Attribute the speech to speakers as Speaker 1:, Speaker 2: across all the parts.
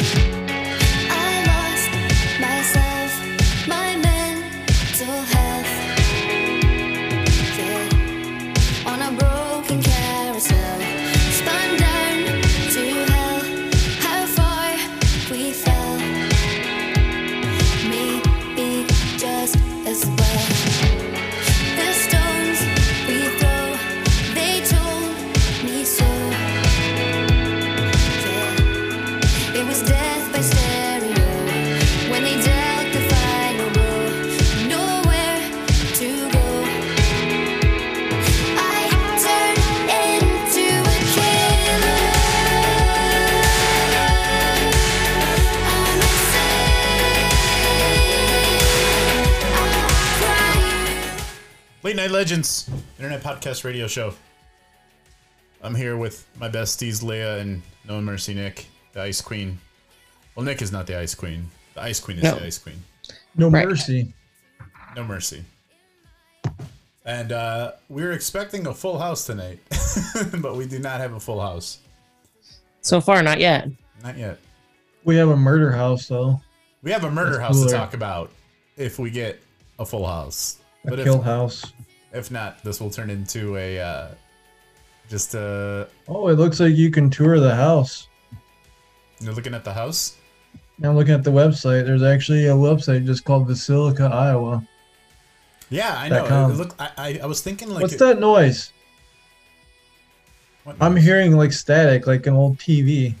Speaker 1: I lost myself, my mental health. Yeah, on a broken carousel, spun down to hell. How far we fell, maybe just as well. The stones we throw, they told me so. Yeah. It was death by stereo when they dealt the final blow. Nowhere to go. I turned into a killer. I'm insane. I'm crying.
Speaker 2: Late Night Legends, internet podcast radio show. I'm here with my besties, Leia and No Mercy Nick, the Ice Queen. Well, Nick is not the Ice Queen. The Ice Queen is
Speaker 3: No.
Speaker 2: the Ice Queen.
Speaker 3: No
Speaker 4: Right.
Speaker 3: mercy.
Speaker 2: No Mercy. And uh, we were expecting a full house tonight, but we do not have a full house.
Speaker 4: So far, not yet.
Speaker 2: Not yet.
Speaker 3: We have a murder house though.
Speaker 2: We have a murder
Speaker 3: That's
Speaker 2: house to
Speaker 3: cooler.
Speaker 2: talk about if we get a full house.
Speaker 3: A
Speaker 2: But if,
Speaker 3: kill house.
Speaker 2: if not, this will turn into a uh, just uh,
Speaker 3: Oh, it looks like you can tour the house.
Speaker 2: you're looking at the house.
Speaker 3: Now looking at the website, there's actually a website just called Basilica, Iowa.
Speaker 2: Yeah, I
Speaker 3: dot
Speaker 2: know.
Speaker 3: com.
Speaker 2: It look, I, I, I was thinking like
Speaker 3: What's
Speaker 2: it-
Speaker 3: that noise?
Speaker 2: what
Speaker 3: I'm
Speaker 2: noise?
Speaker 3: hearing like static, like an old TV.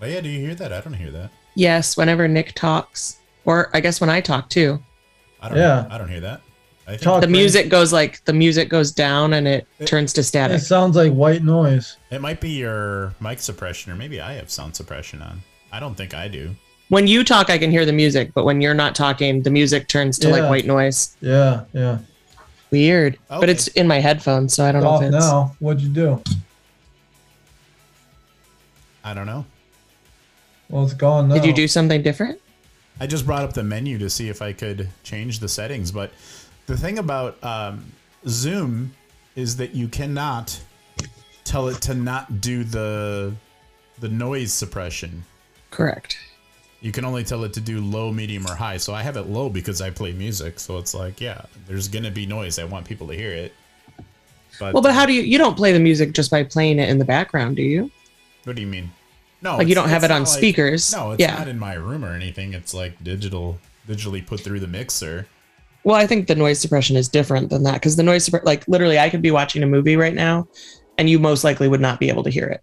Speaker 2: Leia, do you hear that? I don't hear that.
Speaker 4: Yes, whenever Nick talks, or I guess when I talk too,
Speaker 2: I don't.
Speaker 3: Yeah.
Speaker 2: I don't hear that. I think
Speaker 3: Talk.
Speaker 4: the
Speaker 3: Okay.
Speaker 4: music goes like the music goes down and it turns to
Speaker 3: It
Speaker 4: static.
Speaker 3: sounds like white noise.
Speaker 2: it might be your mic suppression, or maybe I have sound suppression on. I don't think I do.
Speaker 4: When you talk, I can hear the music, but when you're not talking, the music turns to like
Speaker 3: Yeah.
Speaker 4: white noise.
Speaker 3: Yeah, yeah.
Speaker 4: Weird, but
Speaker 2: Okay.
Speaker 4: it's in my headphones, so I don't
Speaker 3: It's
Speaker 4: know
Speaker 3: off
Speaker 4: if it's.
Speaker 3: now. What'd you do?
Speaker 2: I don't know.
Speaker 3: Well, it's gone now.
Speaker 4: Did you do something different?
Speaker 2: I just brought up the menu to see if I could change the settings, but the thing about um, Zoom is that you cannot tell it to not do the the noise suppression.
Speaker 4: Correct.
Speaker 2: you can only tell it to do low, medium, or high. So I have it low because I play music. So it's like, yeah, there's gonna be noise. I want people to hear it. But,
Speaker 4: Well, but how do you? You don't play the music just by playing it in the background, do you?
Speaker 2: What do you mean? No,
Speaker 4: Like, you
Speaker 2: it's-
Speaker 4: don't have
Speaker 2: it's
Speaker 4: it on
Speaker 2: not like-
Speaker 4: speakers.
Speaker 2: No, it's
Speaker 4: Yeah.
Speaker 2: not in my room or anything. It's like digital, digitally put through the mixer.
Speaker 4: Well, I think the noise suppression is different than that because the noise, suppre- like literally, I could be watching a movie right now, and you most likely would not be able to hear it.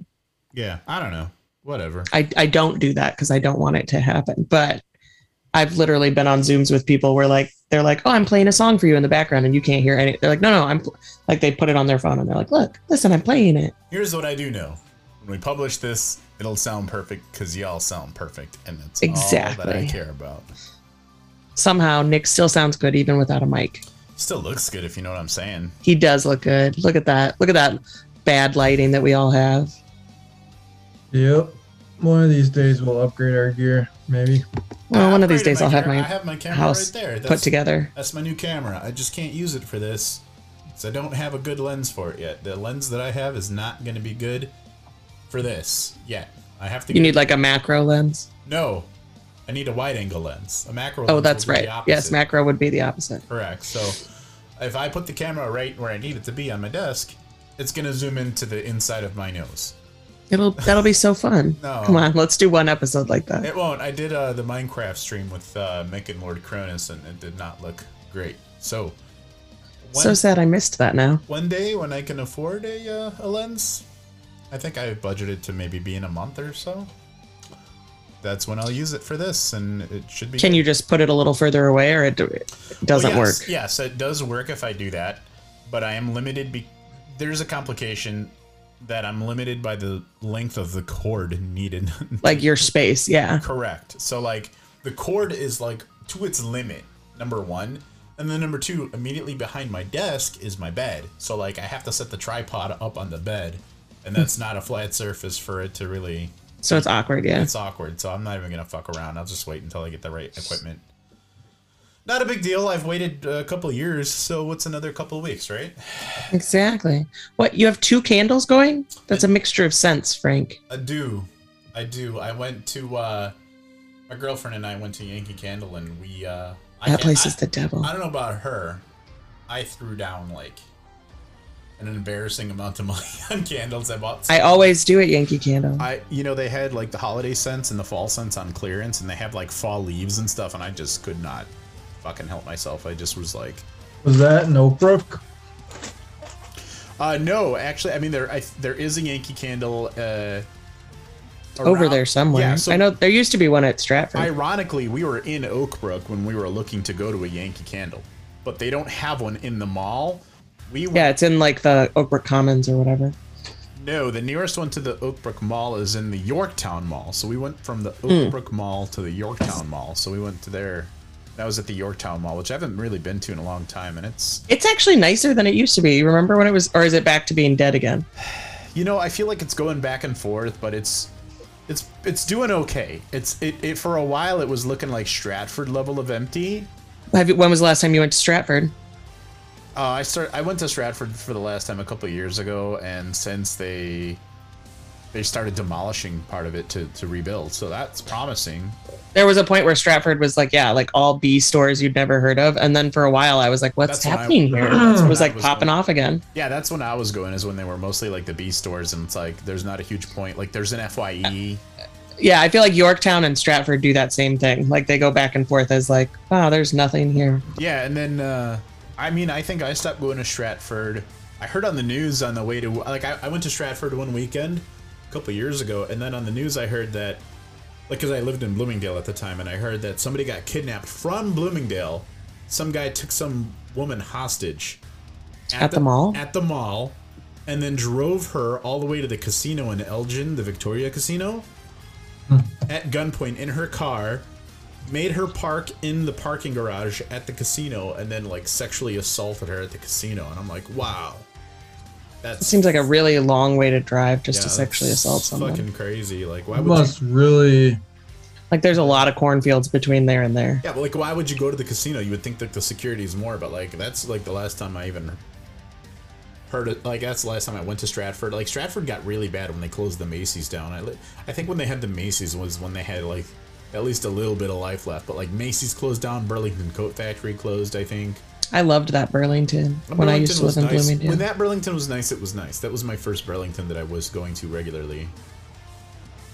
Speaker 2: Yeah, I don't know. Whatever.
Speaker 4: I, I don't do that because I don't want it to happen. But I've literally been on Zooms with people where like they're like, "Oh, I'm playing a song for you in the background, and you can't hear any." They're like, "No, no, I'm pl-" like they put it on their phone and they're like, "Look, listen, I'm playing it."
Speaker 2: Here's what I do know. When we publish this, it'll sound perfect because y'all sound perfect, and that's all that I
Speaker 4: Exactly.
Speaker 2: care about.
Speaker 4: Somehow Nick still sounds good even without a mic.
Speaker 2: Still looks good if you know what I'm saying.
Speaker 4: He does look good. Look at that. Look at that bad lighting that we all have.
Speaker 3: Yep. One of these days we'll upgrade our gear, maybe.
Speaker 4: Well,
Speaker 2: I
Speaker 4: one of these
Speaker 2: upgraded
Speaker 4: days I'll have
Speaker 2: camera-
Speaker 4: my
Speaker 2: I have my camera
Speaker 4: house
Speaker 2: right there.
Speaker 4: put
Speaker 2: That's-
Speaker 4: together.
Speaker 2: That's my new camera. I just can't use it for this. 'cause I don't have a good lens for it yet. The lens that I have is not going to be good for this yet. I have to.
Speaker 4: You need like a macro lens.
Speaker 2: no. I need a wide angle lens. A macro. lens
Speaker 4: Oh,
Speaker 2: will
Speaker 4: that's
Speaker 2: do the
Speaker 4: right. Yes,
Speaker 2: opposite.
Speaker 4: macro would be the opposite.
Speaker 2: Correct. So, if I put the camera right where I need it to be on my desk, it's going to zoom into the inside of my nose.
Speaker 4: It'll that'll be so fun.
Speaker 2: No.
Speaker 4: Come on, let's do one episode like that.
Speaker 2: It won't. I did uh, the Minecraft stream with uh, Mick and Lord Cronus, and it did not look great. So.
Speaker 4: So sad I missed that now.
Speaker 2: one day when I can afford a, uh, a lens, I think I budgeted to maybe be in a month or so. That's when I'll use it for this, and it should be.
Speaker 4: Can you just put it a little further away, or it, it doesn't
Speaker 2: Well, Oh, yes,
Speaker 4: work?
Speaker 2: Yes, it does work if I do that, but I am limited. Be- There's a complication that I'm limited by the length of the cord needed.
Speaker 4: Like your space, yeah.
Speaker 2: Correct. So like the cord is like to its limit. Number one, and then number two, immediately behind my desk is my bed. So like I have to set the tripod up on the bed, and that's not a flat surface for it to really.
Speaker 4: So it's awkward, yeah.
Speaker 2: It's awkward. So I'm not even gonna fuck around. I'll just wait until I get the right equipment. Not a big deal. I've waited a couple of years, so what's another couple of weeks, right?
Speaker 4: Exactly. What you have two candles going? That's a mixture of scents, Frank.
Speaker 2: I do. I do. I went to uh my girlfriend and I went to Yankee Candle and we uh I
Speaker 4: That
Speaker 2: can't-
Speaker 4: place
Speaker 2: I-
Speaker 4: is the devil.
Speaker 2: I don't know about her. I threw down like an embarrassing amount of money on candles I bought.
Speaker 4: I always do at Yankee Candle.
Speaker 2: I you know they had like the holiday scents and the fall scents on clearance and they have like fall leaves and stuff and I just could not fucking help myself. I just was like
Speaker 3: Was that an Oprah?
Speaker 2: uh no, actually I mean there I, there is a Yankee candle uh
Speaker 4: Over
Speaker 2: around-
Speaker 4: there somewhere.
Speaker 2: Yeah, so
Speaker 4: I know there used to be one at Stratford.
Speaker 2: Ironically, we were in Oakbrook when we were looking to go to a Yankee Candle, but they don't have one in the mall. We went,
Speaker 4: yeah, it's in like the Oakbrook Commons or whatever.
Speaker 2: no, the nearest one to the Oakbrook Mall is in the Yorktown Mall. So we went from the Oakbrook Mall to the Yorktown Mall. So we went to there. That was at the Yorktown Mall, which I haven't really been to in a long time, and it's
Speaker 4: It's actually nicer than it used to be. You remember when it was, or is it back to being dead again?
Speaker 2: you know I feel like it's going back and forth, but it's it's it's doing okay. It's it, it for a while it was looking like Stratford level of empty,
Speaker 4: Have you, when was the last time you went to Stratford?
Speaker 2: Uh, I start. I went to Stratford for the last time a couple of years ago, and since they they started demolishing part of it to, to rebuild, so that's promising.
Speaker 4: There was a point where Stratford was like, yeah, like all B stores you'd never heard of, and then for a while I was like, what's
Speaker 2: That's when I-
Speaker 4: happening here?
Speaker 2: that's
Speaker 4: It
Speaker 2: when
Speaker 4: was
Speaker 2: I
Speaker 4: like
Speaker 2: was
Speaker 4: popping
Speaker 2: going.
Speaker 4: off again.
Speaker 2: Yeah, that's when I was going is when they were mostly like the B stores, and it's like there's not a huge point. Like there's an E. Fye.
Speaker 4: Yeah, I feel like Yorktown and Stratford do that same thing. Like they go back and forth as like, wow, there's nothing here.
Speaker 2: Yeah, and then uh, I mean, I think I stopped going to Stratford. I heard on the news on the way to like I, I went to Stratford one weekend a couple years ago, and then on the news I heard that like because I lived in Bloomingdale at the time, and I heard that somebody got kidnapped from Bloomingdale. Some guy took some woman hostage
Speaker 4: At the mall?
Speaker 2: At the mall, and then drove her all the way to the casino in Elgin, the Victoria Casino, at gunpoint in her car made her park in the parking garage at the casino and then like sexually assaulted her at the casino and i'm like wow that's
Speaker 4: Seems like a really long way to drive just
Speaker 2: yeah,
Speaker 4: to sexually
Speaker 2: that's
Speaker 4: assault someone.
Speaker 2: fucking crazy like why
Speaker 3: You
Speaker 2: would
Speaker 3: must
Speaker 2: you
Speaker 3: really.
Speaker 4: Like there's a lot of cornfields between there and there.
Speaker 2: yeah but like why would you go to the casino you would think that the security is more but like that's like the last time i even heard it like that's the last time i went to stratford like stratford got really bad when they closed the macy's down i, li- I think when they had the macy's was when they had like at least a little bit of life left but like macy's closed down burlington coat factory closed i think
Speaker 4: I loved that Burlington when I used to live
Speaker 2: was
Speaker 4: in
Speaker 2: nice.
Speaker 4: Bloomingdale.
Speaker 2: When that Burlington was nice, it was nice. That was my first Burlington that I was going to regularly.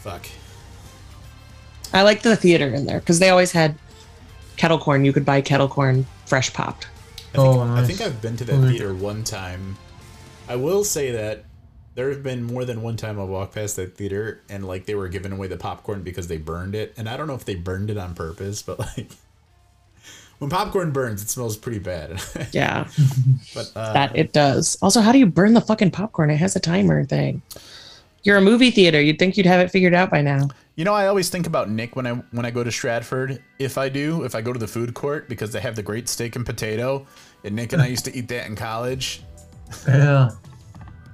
Speaker 2: Fuck.
Speaker 4: I liked the theater in there because they always had kettle corn. You could buy kettle corn fresh popped.
Speaker 2: I think,
Speaker 3: Oh,
Speaker 2: I
Speaker 3: nice.
Speaker 2: think I've been to that
Speaker 3: Oh, yeah.
Speaker 2: theater one time. I will say that there have been more than one time I walked past that theater and like they were giving away the popcorn because they burned it, and I don't know if they burned it on purpose, but like when popcorn burns, it smells pretty bad.
Speaker 4: Yeah,
Speaker 2: but uh,
Speaker 4: that it does. Also, how do you burn the fucking popcorn? It has a timer thing. You're a movie theater. You'd think you'd have it figured out by now.
Speaker 2: You know, I always think about Nick when I when I go to Stratford. If I do, if I go to the food court because they have the great steak and potato, and Nick and I used to eat that in college.
Speaker 3: Yeah,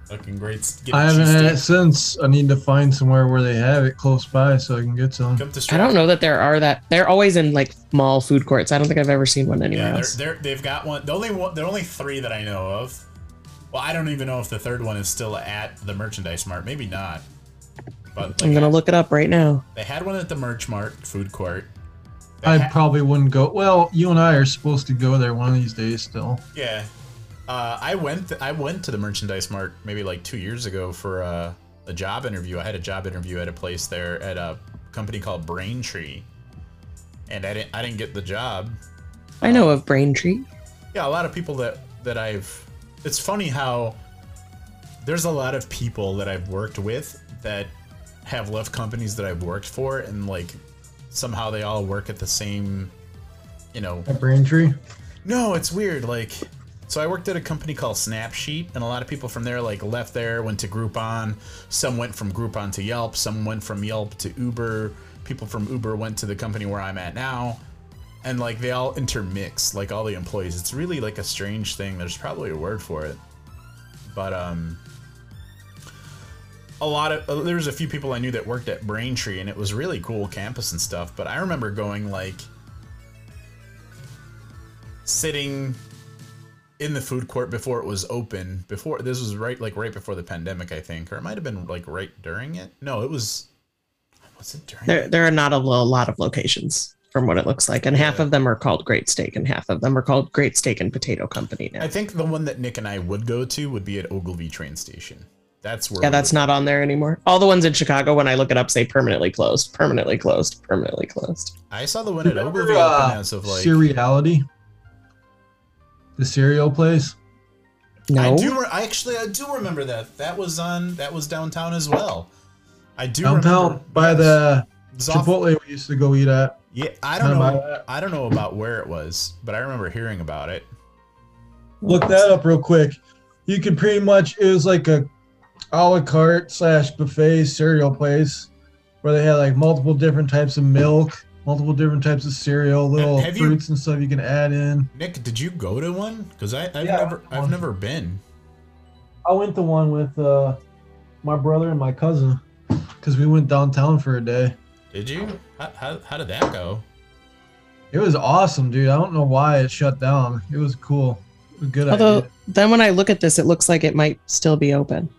Speaker 2: Fucking great. s- get a
Speaker 3: I haven't
Speaker 2: cheese
Speaker 3: had it
Speaker 2: steak.
Speaker 3: since. I need to find somewhere where they have it close by so I can get some.
Speaker 2: Come to
Speaker 4: I
Speaker 2: Stratford.
Speaker 4: don't know that there are that. They're always in like mall food courts. I don't think I've ever seen one anywhere
Speaker 2: Yeah, they're,
Speaker 4: else.
Speaker 2: they're, they've got one. The only one, there are only three that I know of. Well, I don't even know if the third one is still at the merchandise mart. Maybe not. But
Speaker 4: I'm
Speaker 2: like,
Speaker 4: gonna look it up right now.
Speaker 2: they had one at the merch mart food court.
Speaker 3: I probably wouldn't go. Well, you and I are supposed to go there one of these days still.
Speaker 2: Yeah. Uh, I went I went to the merchandise mart maybe like two years ago for uh, a job interview. I had a job interview at a place there at a company called Braintree, and I didn't I didn't get the job.
Speaker 4: I know of Braintree.
Speaker 2: Yeah, a lot of people that that I've. It's funny how there's a lot of people that I've worked with that have left companies that I've worked for, and like somehow they all work at the same, you know,
Speaker 3: At Braintree.
Speaker 2: no, it's weird. Like, so I worked at a company called Snapsheet, and a lot of people from there like left there, went to Groupon. Some went from Groupon to Yelp. Some went from Yelp to Uber. People from Uber went to the company where I'm at now, and like they all intermix, like all the employees. It's really like a strange thing. There's probably a word for it, but um. A lot of uh, there was a few people I knew that worked at Braintree, and it was really cool campus and stuff. But I remember going like sitting in the food court before it was open before this was right like right before the pandemic i think or it might have been like right during it no it was was it during
Speaker 4: There, there are not a lo- lot of locations from what it looks like, and half of them are called Great Steak, and half of them are called Great Steak and Potato Company now.
Speaker 2: i think the one that nick and i would go to would be at ogilvy train station that's where
Speaker 4: Yeah,
Speaker 2: we
Speaker 4: that's
Speaker 2: would-
Speaker 4: not on there anymore. All the ones in Chicago, when I look it up, say permanently closed, permanently closed, permanently closed.
Speaker 2: i saw the one at
Speaker 3: Remember,
Speaker 2: ogilvy
Speaker 3: uh,
Speaker 2: open as of like
Speaker 3: Cereality. The cereal place.
Speaker 4: No,
Speaker 2: i do re- i actually i do remember that that was on that was downtown as well i do
Speaker 3: Downtown
Speaker 2: remember
Speaker 3: by
Speaker 2: yes.
Speaker 3: the
Speaker 2: It was off-
Speaker 3: Chipotle we used to go eat at.
Speaker 2: yeah i don't
Speaker 3: Down by
Speaker 2: know
Speaker 3: that.
Speaker 2: i don't know about where it was but i remember hearing about it
Speaker 3: Look that up real quick. You could pretty much it was like a a la carte slash buffet cereal place where they had like multiple different types of milk, multiple different types of cereal, little
Speaker 2: have you-
Speaker 3: fruits and stuff you can add in.
Speaker 2: Nick, did you go to one? Because I I've
Speaker 3: Yeah, I
Speaker 2: never
Speaker 3: went to
Speaker 2: I've
Speaker 3: one.
Speaker 2: never been.
Speaker 3: I went to one with uh, my brother and my cousin because we went downtown for a day.
Speaker 2: Did you? How, how, how did that go?
Speaker 3: It was awesome, dude. I don't know why it shut down. It was cool. It was a good
Speaker 4: Although
Speaker 3: idea.
Speaker 4: then when I look at this, it looks like it might still be open.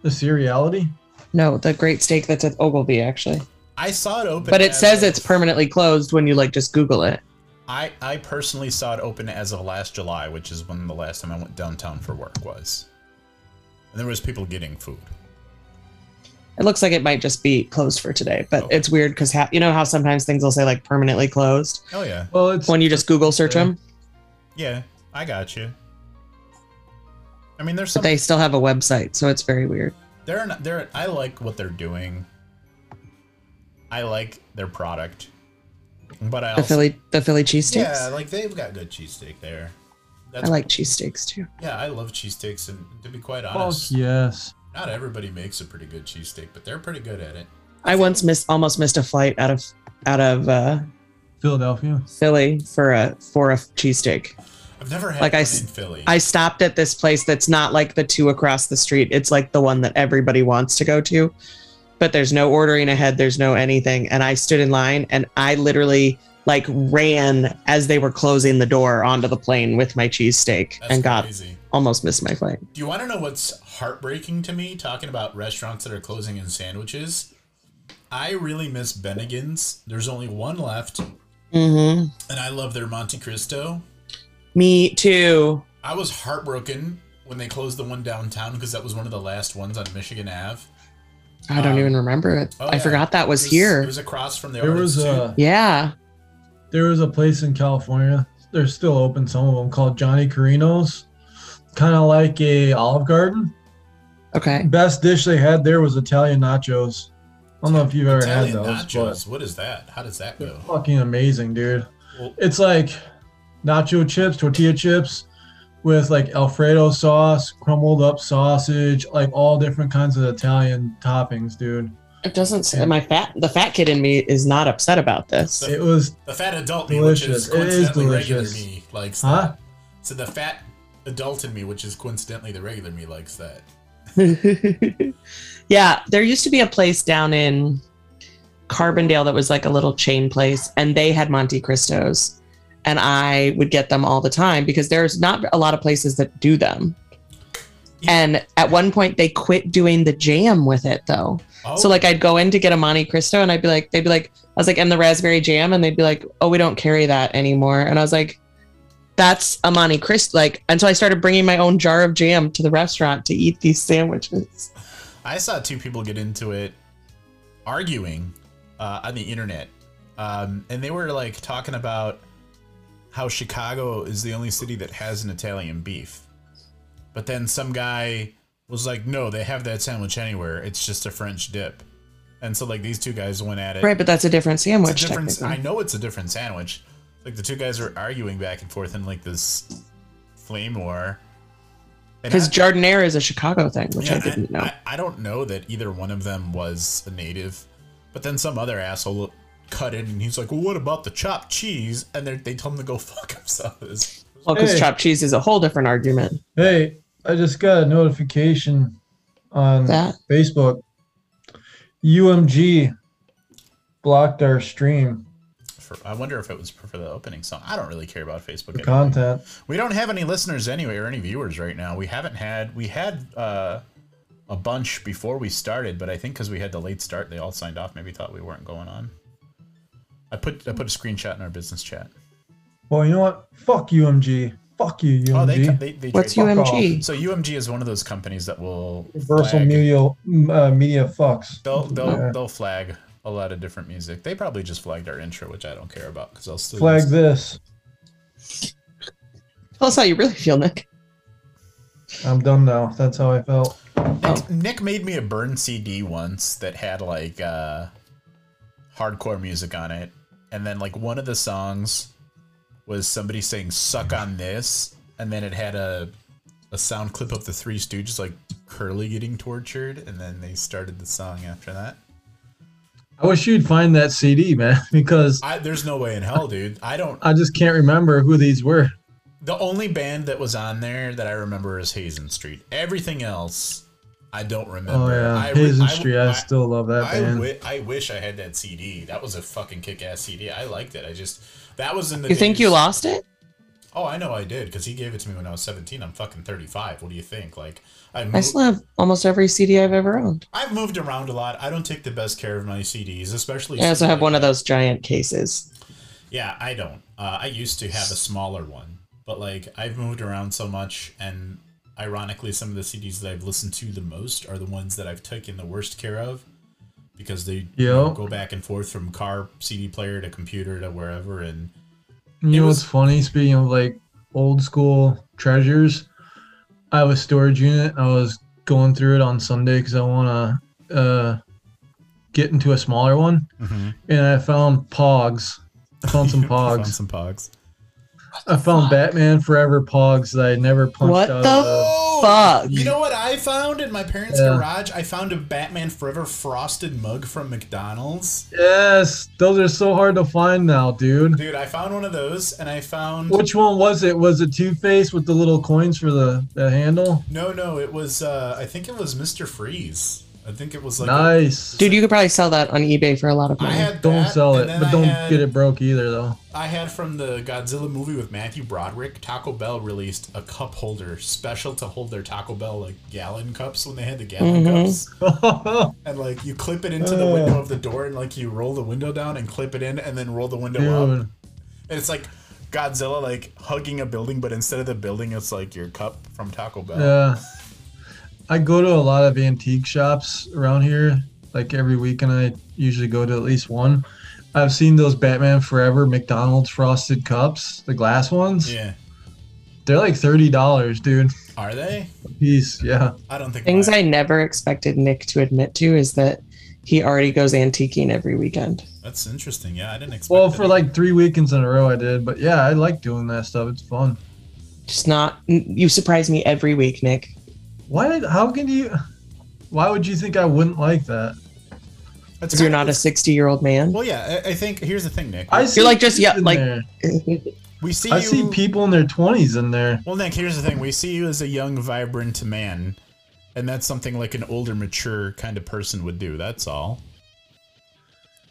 Speaker 3: The cereality.
Speaker 4: No, the Great Steak that's at Ogilvy actually,
Speaker 2: I saw it open.
Speaker 4: but it
Speaker 2: as
Speaker 4: says
Speaker 2: of-
Speaker 4: it's permanently closed when you like just Google it.
Speaker 2: I I personally saw it open as of last July, which is when the last time I went downtown for work was. And there was people getting food.
Speaker 4: It looks like it might just be closed for today, but
Speaker 2: Oh.
Speaker 4: it's weird because ha- you know how sometimes things will say like permanently closed
Speaker 2: Oh yeah,
Speaker 3: Well, it's
Speaker 4: when you just Google search
Speaker 3: Okay.
Speaker 4: them,
Speaker 2: yeah. I got you. I mean, there's
Speaker 4: but
Speaker 2: some.
Speaker 4: they still have a website, so it's very weird.
Speaker 2: they're not, they're. I like what they're doing. I like their product, but I
Speaker 4: The
Speaker 2: also
Speaker 4: Philly, the Philly cheesesteaks.
Speaker 2: yeah, like they've got good cheesesteak there. That's
Speaker 4: I like cheesesteaks too.
Speaker 2: Yeah, I love cheesesteaks, and to be quite
Speaker 3: fuck
Speaker 2: honest,
Speaker 3: yes.
Speaker 2: not everybody makes a pretty good cheesesteak, but they're pretty good at it.
Speaker 4: I once missed almost missed a flight out of out of uh,
Speaker 3: Philadelphia.
Speaker 4: Philly for a for a cheesesteak.
Speaker 2: I've never had
Speaker 4: Like I
Speaker 2: one
Speaker 4: s-
Speaker 2: in Philly.
Speaker 4: I stopped at this place that's not like the two across the street. It's like the one that everybody wants to go to, but there's no ordering ahead. There's no anything. And I stood in line and I literally like ran as they were closing the door onto the plane with my cheesesteak
Speaker 2: That's
Speaker 4: and got
Speaker 2: crazy.
Speaker 4: almost missed my flight.
Speaker 2: Do you want to know what's heartbreaking to me? Talking about restaurants that are closing in sandwiches, I really miss Bennigan's. There's only one left, and
Speaker 4: hmm
Speaker 2: I love their Monte Cristo.
Speaker 4: Me too.
Speaker 2: I was heartbroken when they closed the one downtown because that was one of the last ones on Michigan Ave.
Speaker 4: I don't
Speaker 2: Um,
Speaker 4: even remember it.
Speaker 2: oh,
Speaker 4: I
Speaker 2: yeah.
Speaker 4: forgot that was
Speaker 2: It
Speaker 4: here.
Speaker 2: It was across from the.
Speaker 3: There was uh,
Speaker 2: Artist, too.
Speaker 3: a
Speaker 4: yeah.
Speaker 3: there was a place in California. They're still open. Some of them called Johnny Carino's, kind of like a Olive Garden.
Speaker 4: Okay.
Speaker 3: Best dish they had there was Italian nachos. I don't know if you've ever
Speaker 2: Italian
Speaker 3: had those,
Speaker 2: nachos. What is that? How does that
Speaker 3: but
Speaker 2: go?
Speaker 3: they're fucking amazing, dude.
Speaker 2: Well-
Speaker 3: It's like nacho chips, tortilla chips, with like Alfredo sauce, crumbled up sausage, like all different kinds of Italian toppings, dude.
Speaker 4: It doesn't say my fat the fat kid in me is not upset about this.
Speaker 3: It was
Speaker 2: The fat adult me, which is
Speaker 3: Delicious. It is
Speaker 2: coincidentally regular
Speaker 3: delicious.
Speaker 2: me, likes
Speaker 3: huh?
Speaker 2: that. So the fat adult in me, which is coincidentally the regular me, likes that.
Speaker 4: yeah, there used to be a place down in Carbondale that was like a little chain place, and they had Monte Cristos, and I would get them all the time because there's not a lot of places that do them. And at one point, they quit doing the jam with it though.
Speaker 2: Oh,
Speaker 4: So like, I'd go in to get a Monte Cristo, and I'd be like, they'd be like, I was like, and the raspberry jam, and they'd be like, oh, we don't carry that anymore, and I was like. That's a Monte Cristo. Like, and so I started bringing my own jar of jam to the restaurant to eat these sandwiches.
Speaker 2: I saw two people get into it arguing uh, on the internet, um, and they were like talking about how Chicago is the only city that has an Italian beef. But then some guy was like, "No, they have that sandwich anywhere. It's just a French dip." And so like these two guys went at it.
Speaker 4: Right, but that's a different sandwich.
Speaker 2: It's a different. I
Speaker 4: technically.
Speaker 2: know it's a different sandwich. Like the two guys were arguing back and forth in like this flame war. And
Speaker 4: Because
Speaker 2: I-
Speaker 4: jardiniere is a Chicago thing, which I
Speaker 2: yeah,
Speaker 4: didn't know.
Speaker 2: I, I don't know that either one of them was a native, but then some other asshole cut in and he's like, "Well, what about the chopped cheese?" And they're- they tell him to go fuck themselves.
Speaker 4: well, because
Speaker 3: Hey.
Speaker 4: chopped cheese is a whole different argument.
Speaker 3: Hey, I just got a notification on
Speaker 4: That
Speaker 3: Facebook. UMG blocked our stream
Speaker 2: For, I wonder if it was for the opening song. I don't really care about Facebook.
Speaker 3: for
Speaker 2: anyway.
Speaker 3: content.
Speaker 2: We don't have any listeners anyway or any viewers right now. We haven't had we had uh, a bunch before we started, but I think because we had the late start, they all signed off. Maybe thought we weren't going on. I put I put a screenshot in our business chat.
Speaker 3: Well, you know what? Fuck UMG. Fuck you, UMG.
Speaker 2: Oh, they they, they
Speaker 4: what's
Speaker 2: trademarked-
Speaker 4: UMG?
Speaker 2: So UMG is one of those companies that will
Speaker 3: Universal
Speaker 2: flag-
Speaker 3: media, uh, media fucks.
Speaker 2: They'll they'll
Speaker 3: Yeah.
Speaker 2: they'll flag a lot of different music. They probably just flagged our intro, which I don't care about because I'll still
Speaker 3: Flag
Speaker 2: use-
Speaker 3: this.
Speaker 4: Tell us how you really feel, Nick.
Speaker 3: I'm done now. That's how I felt.
Speaker 4: Oh.
Speaker 2: Nick, Nick made me a burn CD once that had like uh, hardcore music on it, and then like one of the songs was somebody saying "suck on this," and then it had a a sound clip of the Three Stooges like Curly getting tortured, and then they started the song after that.
Speaker 3: I wish you'd find that CD, man, because
Speaker 2: I, there's no way in hell, dude. I don't.
Speaker 3: I just can't remember who these were.
Speaker 2: The only band that was on there that I remember is Hazen Street. Everything else, I don't remember.
Speaker 3: Oh yeah,
Speaker 2: I,
Speaker 3: Hazen
Speaker 2: I-
Speaker 3: Street. I,
Speaker 2: I-
Speaker 3: still love that
Speaker 2: I,
Speaker 3: band.
Speaker 2: wi- I wish I had that CD. That was a fucking kick ass CD. I liked it. I just that was in the.
Speaker 4: You think
Speaker 2: days-
Speaker 4: you lost it?
Speaker 2: Oh, I know I did because he gave it to me when I was seventeen. I'm fucking thirty five. What do you think? Like I
Speaker 4: I
Speaker 2: moved,
Speaker 4: still have almost every CD I've ever owned.
Speaker 2: I've moved around a lot. I don't take the best care of my CDs, especially.
Speaker 4: I also
Speaker 2: like-
Speaker 4: have one of those giant cases.
Speaker 2: Yeah, I don't. Uh, I used to have a smaller one, but like I've moved around so much, and ironically, some of the CDs that I've listened to the most are the ones that I've taken the worst care of because they you know,
Speaker 3: Yeah.
Speaker 2: go back and forth from car CD player to computer to wherever, and
Speaker 3: You
Speaker 2: It
Speaker 3: know
Speaker 2: was-
Speaker 3: what's funny? Speaking of like old school treasures, I have a storage unit. I was going through it on Sunday because I want to uh, get into a smaller one, and I found Pogs. I Mm-hmm. found some
Speaker 2: Found
Speaker 3: Pogs.
Speaker 2: some pogs.
Speaker 3: I found Batman Forever Pogs that I never punched
Speaker 4: What
Speaker 3: out.
Speaker 4: the
Speaker 3: of.
Speaker 2: Oh,
Speaker 4: Fuck.
Speaker 2: you know what I found in my parents'
Speaker 3: Yeah.
Speaker 2: garage? I found a Batman Forever frosted mug from McDonald's.
Speaker 3: Yes, those are so hard to find now, dude.
Speaker 2: Dude, I found one of those, and I found
Speaker 3: Which one was it? Was it Two Face with the little coins for the, the handle?
Speaker 2: no, no, it was uh, I think it was Mister Freeze. I think it was like a-
Speaker 3: Nice.
Speaker 4: Dude, you could probably sell that on eBay for a lot of
Speaker 2: I
Speaker 4: money.
Speaker 2: had
Speaker 3: don't
Speaker 2: that,
Speaker 3: sell
Speaker 2: and
Speaker 3: it,
Speaker 2: then
Speaker 3: but
Speaker 2: I
Speaker 3: don't
Speaker 2: had-
Speaker 3: get it broke either, though.
Speaker 2: I had from the Godzilla movie with Matthew Broderick. Taco Bell released a cup holder special to hold their Taco Bell like gallon cups when they had the gallon cups, and like you clip it into the
Speaker 3: Ugh.
Speaker 2: window of the door, and like you roll the window down and clip it in, and then roll the window up,
Speaker 3: Dude,
Speaker 2: and it's like Godzilla like hugging a building, but instead of the building, it's like your cup from Taco Bell.
Speaker 3: yeah. I go to a lot of antique shops around here. Like every weekend, I usually go to at least one. I've seen those Batman Forever McDonald's frosted cups, the glass ones.
Speaker 2: Yeah,
Speaker 3: They're like thirty dollars, dude.
Speaker 2: are they?
Speaker 3: a Piece, yeah.
Speaker 2: I don't think
Speaker 4: Things
Speaker 2: mine-
Speaker 4: I never expected Nick to admit to is that he already goes antiquing every weekend.
Speaker 2: That's interesting. Yeah, I didn't expect.
Speaker 3: Well,
Speaker 2: that.
Speaker 3: for like three weekends in a row, I did. But yeah, I like doing that stuff. It's fun.
Speaker 4: Just not, you surprise me every week, Nick.
Speaker 3: Why? Did, how can you? Why would you think I wouldn't like that?
Speaker 2: That's
Speaker 4: Because you're
Speaker 2: kind of-
Speaker 4: not a 60 year old man.
Speaker 2: Well, yeah, I, I think here's the thing, Nick.
Speaker 3: I see
Speaker 4: like, just- yeah,
Speaker 3: kids in
Speaker 4: like-
Speaker 3: there.
Speaker 2: we see
Speaker 3: I
Speaker 2: you.
Speaker 3: see people in their twenties in there.
Speaker 2: Well, Nick, here's the thing. We see you as a young, vibrant man, and that's something like an older, mature kind of person would do. That's all.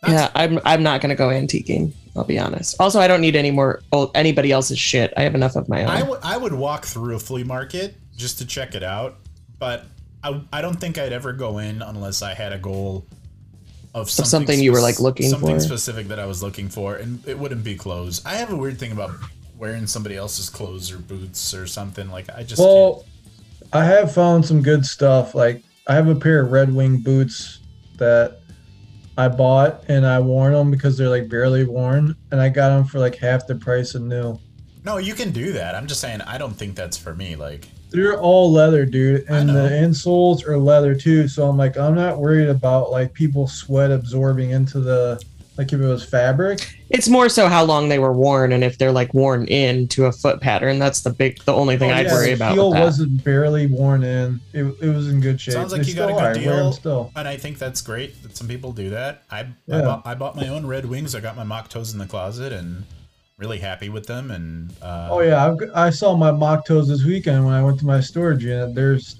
Speaker 4: yeah, I'm, I'm not going to go antiquing. I'll be honest. Also, I don't need any more old, anybody else's shit. I have enough of my own.
Speaker 2: I, w- I would walk through a flea market just to check it out, but I, I don't think I'd ever go in unless I had a goal of something,
Speaker 4: something you were, like, looking
Speaker 2: something
Speaker 4: for.
Speaker 2: specific that I was looking for, and it wouldn't be clothes. I have a weird thing about wearing somebody else's clothes or boots or something. Like I just
Speaker 3: Well, I have found some good stuff. Like I have a pair of Red Wing boots that I bought and I worn them because they're like barely worn, and I got them for like half the price of new.
Speaker 2: can't. no, you can do that. I'm just saying I don't think that's for me. Like
Speaker 3: They're all leather, dude, and
Speaker 2: know.
Speaker 3: the insoles are leather too. So I'm like, I'm not worried about like people sweat absorbing into the like if it was fabric.
Speaker 4: It's more so how long they were worn and if they're like worn into a foot pattern. That's the big, the only thing
Speaker 2: Oh,
Speaker 4: I'd
Speaker 2: yeah,
Speaker 4: worry
Speaker 3: the
Speaker 4: about.
Speaker 3: Heel
Speaker 4: with that.
Speaker 3: wasn't barely worn in. It, it was in good shape.
Speaker 2: Sounds like
Speaker 3: They
Speaker 2: you got a
Speaker 3: still
Speaker 2: good
Speaker 3: are. I wear 'em
Speaker 2: deal.
Speaker 3: still.
Speaker 2: And I think that's great that some people do that. I, I,
Speaker 3: Yeah.
Speaker 2: bought, I bought my own red wings. I got my mock toes in the closet and really happy with them. And uh,
Speaker 3: Oh yeah, I've, g- I saw my mock toes this weekend when I went to my storage unit. There's,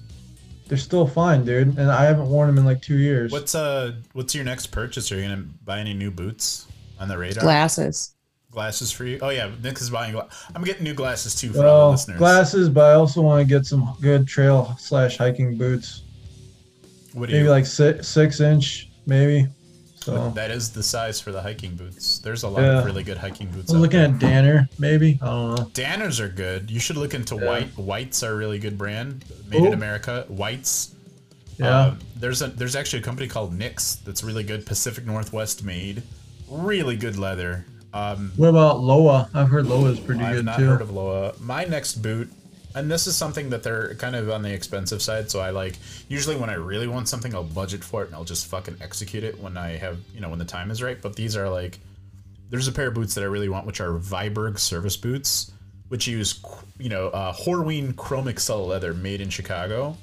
Speaker 3: they're still fine, dude, and I haven't worn them in like two years.
Speaker 2: what's uh what's your next purchase? Are you gonna buy any new boots on the radar?
Speaker 4: Glasses.
Speaker 2: Glasses for you? Oh yeah, Nick is buying. Gla- I'm getting new glasses too for all the
Speaker 3: well,
Speaker 2: listeners.
Speaker 3: glasses, but I also want to get some good trail slash hiking boots.
Speaker 2: what do
Speaker 3: Maybe
Speaker 2: you?
Speaker 3: like six, six inch, maybe. So
Speaker 2: that is the size for the hiking boots. There's a lot
Speaker 3: Yeah.
Speaker 2: of really good hiking boots.
Speaker 3: I
Speaker 2: out
Speaker 3: was looking
Speaker 2: there.
Speaker 3: at Danner, maybe. I don't know.
Speaker 2: Danners are good. You should look into
Speaker 3: Yeah.
Speaker 2: White. Whites are a really good brand, made in
Speaker 3: Oh.
Speaker 2: America. Whites.
Speaker 3: Yeah.
Speaker 2: Um, there's a there's actually a company called Nix that's really good. Pacific Northwest made, really good leather. Um,
Speaker 3: What about Loa? I've heard Loa's pretty
Speaker 2: I've
Speaker 3: good
Speaker 2: not
Speaker 3: too.
Speaker 2: heard of Loa. My next boot, and this is something that they're kind of on the expensive side. So I like usually when I really want something, I'll budget for it and I'll just fucking execute it when I have you know when the time is right. But these are like, there's a pair of boots that I really want, which are Viberg service boots, which use qu- you know uh, Horween Chrome Excel leather made in Chicago.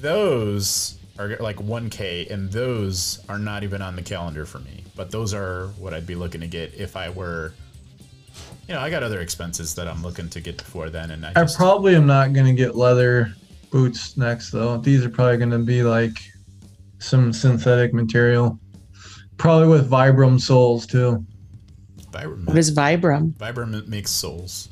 Speaker 2: Those are like 1k and those are not even on the calendar for me but those are what i'd be looking to get if i were you know, I got other expenses that I'm looking to get before then, and I
Speaker 3: I
Speaker 2: just
Speaker 3: probably am not gonna get leather boots next though. These are probably gonna be like some synthetic material, probably with Vibram soles too.
Speaker 4: What
Speaker 2: Vibram,
Speaker 4: is Vibram?
Speaker 2: Vibram makes souls.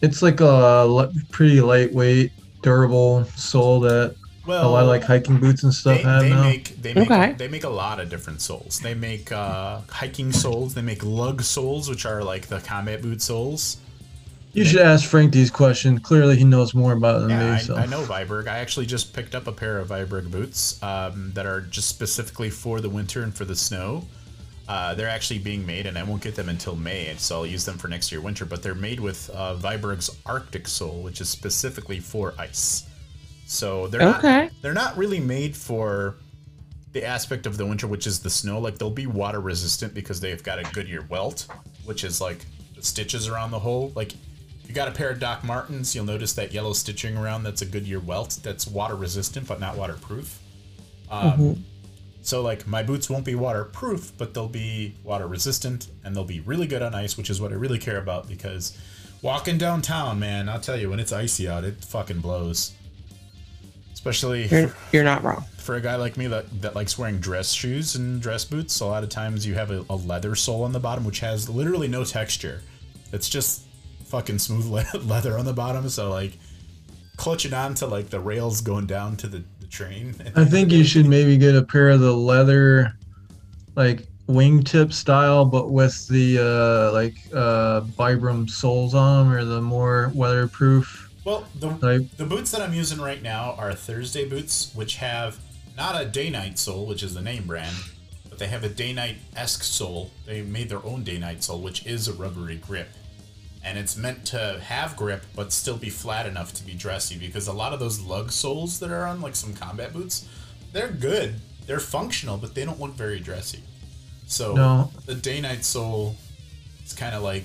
Speaker 3: It's like a li- pretty lightweight, durable sole that a
Speaker 2: Well,
Speaker 3: lot of like hiking boots and stuff
Speaker 2: Oh. they,
Speaker 3: have
Speaker 2: they
Speaker 3: now.
Speaker 2: make they make
Speaker 4: Okay.
Speaker 2: they make a lot of different soles. They make uh, hiking soles. They make lug soles, which are like the combat boot soles.
Speaker 3: you should ask Frank these questions. Clearly, he knows more about it than
Speaker 2: Yeah,
Speaker 3: me.
Speaker 2: I,
Speaker 3: so.
Speaker 2: I know Viberg. I actually just picked up a pair of Viberg boots um, that are just specifically for the winter and for the snow. Uh, they're actually being made, and I won't get them until May, so I'll use them for next year winter. But they're made with uh, Viberg's Arctic sole, which is specifically for ice. So they're
Speaker 4: Okay.
Speaker 2: not, they're not really made for the aspect of the winter, which is the snow. Like they'll be water resistant because they've got a Goodyear welt, which is like the stitches around the hole. Like if you got a pair of Doc Martens, you'll notice that yellow stitching around. That's a Goodyear welt. That's water resistant but not waterproof. Um, So like my boots won't be waterproof, but they'll be water resistant and they'll be really good on ice, which is what I really care about because walking downtown, man, I'll tell you when it's icy out, it fucking blows. Especially
Speaker 4: You're, you're not wrong.
Speaker 2: for a guy like me that, that likes wearing dress shoes and dress boots, a lot of times you have a, a leather sole on the bottom, which has literally no texture. It's just fucking smooth le- leather on the bottom. So, like, clutching on to, like, the rails going down to the, the train.
Speaker 3: I think you should maybe get a pair of the leather, like wingtip style, but with the uh, like uh, Vibram soles on 'em or the more weatherproof
Speaker 2: Well, the,
Speaker 3: type.
Speaker 2: the boots that I'm using right now are Thursday boots, which have not a day night sole, which is the name brand, but they have a day night esque sole. They made their own day night sole, which is a rubbery grip. And it's meant to have grip, but still be flat enough to be dressy because a lot of those lug soles that are on, like some combat boots, they're good. They're functional, but they don't look very dressy. So
Speaker 3: No.
Speaker 2: the day night sole is kind of like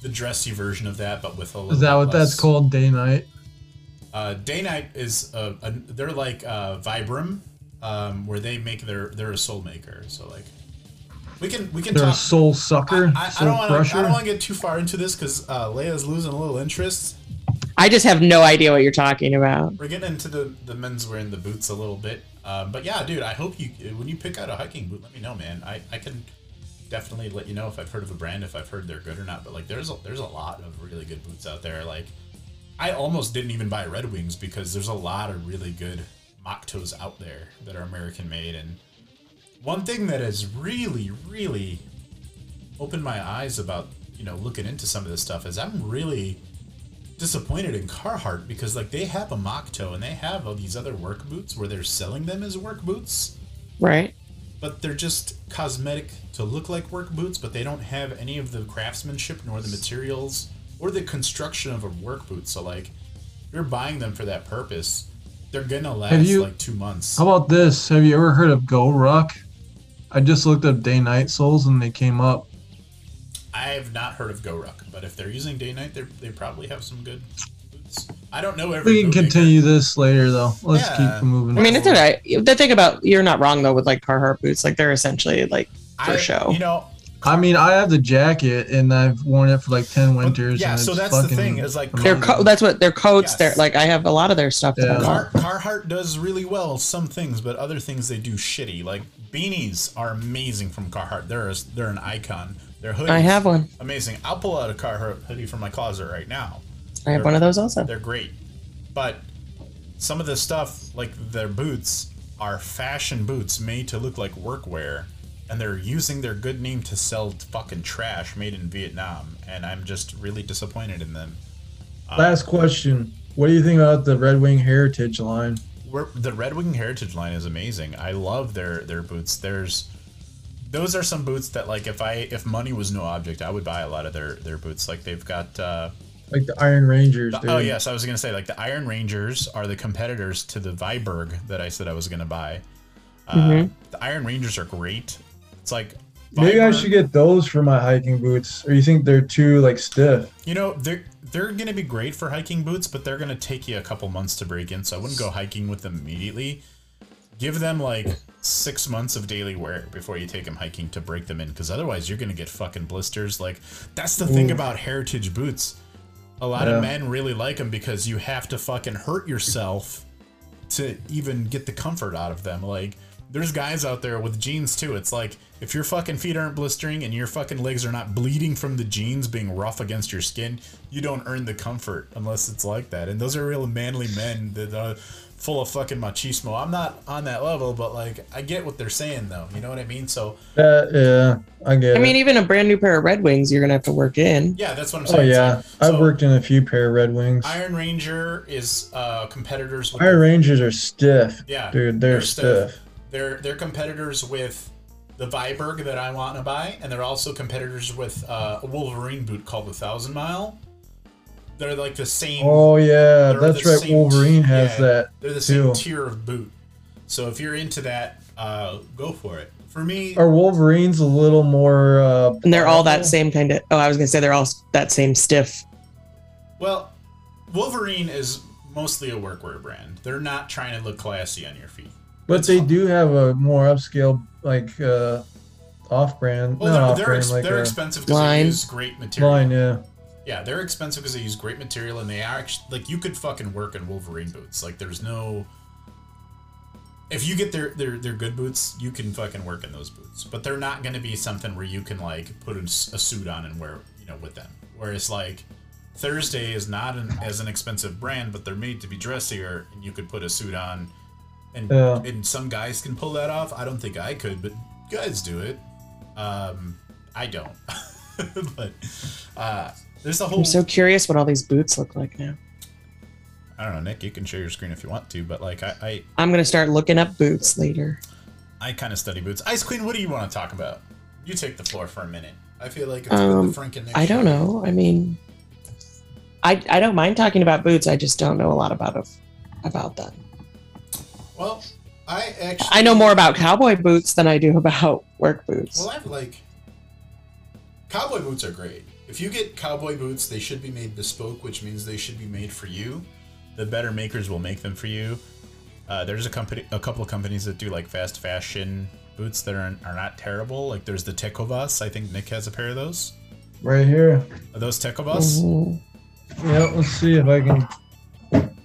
Speaker 2: the dressy version of that, but with a little
Speaker 3: Is that what that's
Speaker 2: less-
Speaker 3: called? Day night.
Speaker 2: uh, Day Night is uh a, they're like uh, Vibram, um, where they make their they're a soul maker. So like, we can we can
Speaker 3: They're a
Speaker 2: talk.
Speaker 3: soul sucker,
Speaker 2: I, I
Speaker 3: soul
Speaker 2: don't want to
Speaker 3: crusher.
Speaker 2: I don't want to get too far into this because uh, Leia's losing a little interest.
Speaker 4: I just have no idea what you're talking about.
Speaker 2: We're getting into the the menswear and the boots a little bit. Um, but yeah, dude, I hope you when you pick out a hiking boot, let me know, man. I, I can definitely let you know if I've heard of a brand, if I've heard they're good or not. But like, there's a, there's a lot of really good boots out there. Like, I almost didn't even buy Red Wings because there's a lot of really good mock toes out there that are American made. And one thing that has really, really opened my eyes about you know looking into some of this stuff is I'm really disappointed in Carhartt because like they have a mock toe and they have all these other work boots where they're selling them as work boots,
Speaker 4: Right?
Speaker 2: but they're just cosmetic to look like work boots, but they don't have any of the craftsmanship nor the materials or the construction of a work boot. So like you're buying them for that purpose, they're gonna
Speaker 3: Have
Speaker 2: last
Speaker 3: you-
Speaker 2: like two months.
Speaker 3: How about this? Have you ever heard of Go Ruck? I just looked up day night souls and they came up.
Speaker 2: I have not heard of GoRuck, but if they're using day night, they they probably have some good boots. I don't know every.
Speaker 3: We can
Speaker 2: boot maker.
Speaker 3: continue this later though. Let's
Speaker 2: Yeah.
Speaker 3: keep moving.
Speaker 4: I mean, it's all right. The thing about you're not wrong though with like Carhartt boots, like they're essentially like for
Speaker 2: I,
Speaker 4: show.
Speaker 2: You know,
Speaker 3: I mean, I have the jacket and I've worn it for like ten winters.
Speaker 2: yeah.
Speaker 3: and
Speaker 2: So
Speaker 3: it's
Speaker 2: that's the
Speaker 3: fucking-
Speaker 2: thing is like
Speaker 4: Their co- that's what their coats.
Speaker 2: Yes.
Speaker 4: They're like I have a lot of their stuff. That I
Speaker 3: Yeah.
Speaker 4: love.
Speaker 2: Car- Carhartt does really well some things, but other things they do shitty. Like beanies are amazing from Carhartt. They're a, they're an icon. Their hoodies.
Speaker 4: I have one.
Speaker 2: Amazing. I'll pull out a Carhartt hoodie from my closet right now.
Speaker 4: I have one of those also.
Speaker 2: They're great, but some of the stuff like their boots are fashion boots made to look like workwear, and they're using their good name to sell fucking trash made in Vietnam. And I'm just really disappointed in them.
Speaker 3: Last question. What do you think about the Red Wing Heritage line?
Speaker 2: We're, the Red Wing Heritage line is amazing. I love their their boots. There's those are some boots that like if I if money was no object, I would buy a lot of their their boots. Like they've got uh
Speaker 3: Like the Iron Rangers, dude.
Speaker 2: oh yes, I was gonna say like the Iron Rangers are the competitors to the Viberg that I said I was gonna buy. Uh, The Iron Rangers are great. It's like
Speaker 3: Mm-hmm. Maybe I
Speaker 2: Viberg-
Speaker 3: should get those for my hiking boots. Or you think they're too like stiff?
Speaker 2: You know they're they're gonna be great for hiking boots, but they're gonna take you a couple months to break in. So I wouldn't go hiking with them immediately. Give them like six months of daily wear before you take them hiking to break them in, because otherwise you're gonna get fucking blisters. Like that's the thing about heritage boots. A lot
Speaker 3: Yeah.
Speaker 2: of men really like them because you have to fucking hurt yourself to even get the comfort out of them. Like there's guys out there with jeans too. It's like if your fucking feet aren't blistering and your fucking legs are not bleeding from the jeans being rough against your skin, you don't earn the comfort unless it's like that. And those are real manly men that are full of fucking machismo. I'm not on that level, but like I get what they're saying though. You know what I mean? So
Speaker 3: Uh, yeah, I get
Speaker 4: I mean,
Speaker 3: it.
Speaker 4: even a brand new pair of Red Wings, you're gonna have to work in.
Speaker 2: yeah, that's what I'm
Speaker 3: Oh
Speaker 2: saying. It's
Speaker 3: yeah,
Speaker 2: like-
Speaker 3: I've
Speaker 2: so
Speaker 3: worked in a few pair of Red Wings.
Speaker 2: Iron Ranger is uh competitors with
Speaker 3: Iron Rangers are stiff.
Speaker 2: Yeah,
Speaker 3: dude, they're,
Speaker 2: they're stiff.
Speaker 3: stiff.
Speaker 2: They're they're competitors with the Viberg that I want to buy, and they're also competitors with uh, a Wolverine boot called the Thousand Mile. They're like the same.
Speaker 3: Oh yeah,
Speaker 2: they're
Speaker 3: that's
Speaker 2: the
Speaker 3: right.
Speaker 2: same-
Speaker 3: Wolverine has
Speaker 2: yeah,
Speaker 3: that.
Speaker 2: They're the same
Speaker 3: too.
Speaker 2: tier of boot. So if you're into that, uh, go for it. For me,
Speaker 3: Are Wolverines a little more? Uh,
Speaker 4: And they're all that same
Speaker 3: pliable?
Speaker 4: kind of. Oh, I was gonna say they're all s- that same stiff.
Speaker 2: well, Wolverine is mostly a workwear brand. They're not trying to look classy on your feet.
Speaker 3: But they do have a more upscale, like uh, off-brand.
Speaker 2: Well,
Speaker 3: not
Speaker 2: they're, they're,
Speaker 3: off-brand,
Speaker 2: ex-
Speaker 3: like
Speaker 2: they're
Speaker 3: a
Speaker 2: expensive because they
Speaker 4: line.
Speaker 2: use great material.
Speaker 3: line. Yeah.
Speaker 2: Yeah, they're expensive because they use great material, and they are actually like you could fucking work in Wolverine boots. Like, there's no. If you get their their their good boots, you can fucking work in those boots. But they're not going to be something where you can like put a, s- a suit on and wear you know with them. Whereas like Thursday is not an, as an expensive brand, but they're made to be dressier, and you could put a suit on. And
Speaker 3: Yeah.
Speaker 2: and some guys can pull that off. I don't think I could, but guys do it. Um, I don't. but uh, there's a whole.
Speaker 4: I'm so curious what all these boots look like now.
Speaker 2: I don't know, Nick. You can share your screen if you want to, but like I,
Speaker 4: I'm gonna start looking up boots later.
Speaker 2: I, I kind of study boots. Ice Queen, what do you want to talk about? You take the floor for a minute. I feel like it's been
Speaker 4: Um,
Speaker 2: the Frank and Nick
Speaker 4: I
Speaker 2: show.
Speaker 4: don't know. I mean, I I don't mind talking about boots. I just don't know a lot about about them.
Speaker 2: Well, I actually.
Speaker 4: I know more about cowboy boots than I do about work boots.
Speaker 2: Well, I've like. Cowboy boots are great. If you get cowboy boots, they should be made bespoke, which means they should be made for you. The better makers will make them for you. Uh, there's a company, a couple of companies that do like fast fashion boots that are, are not terrible. Like there's the Tecovas. I think Nick has a pair of those.
Speaker 3: Right here.
Speaker 2: Are those Tecovas?
Speaker 4: Mhm.
Speaker 3: Yeah. Let's see if I can.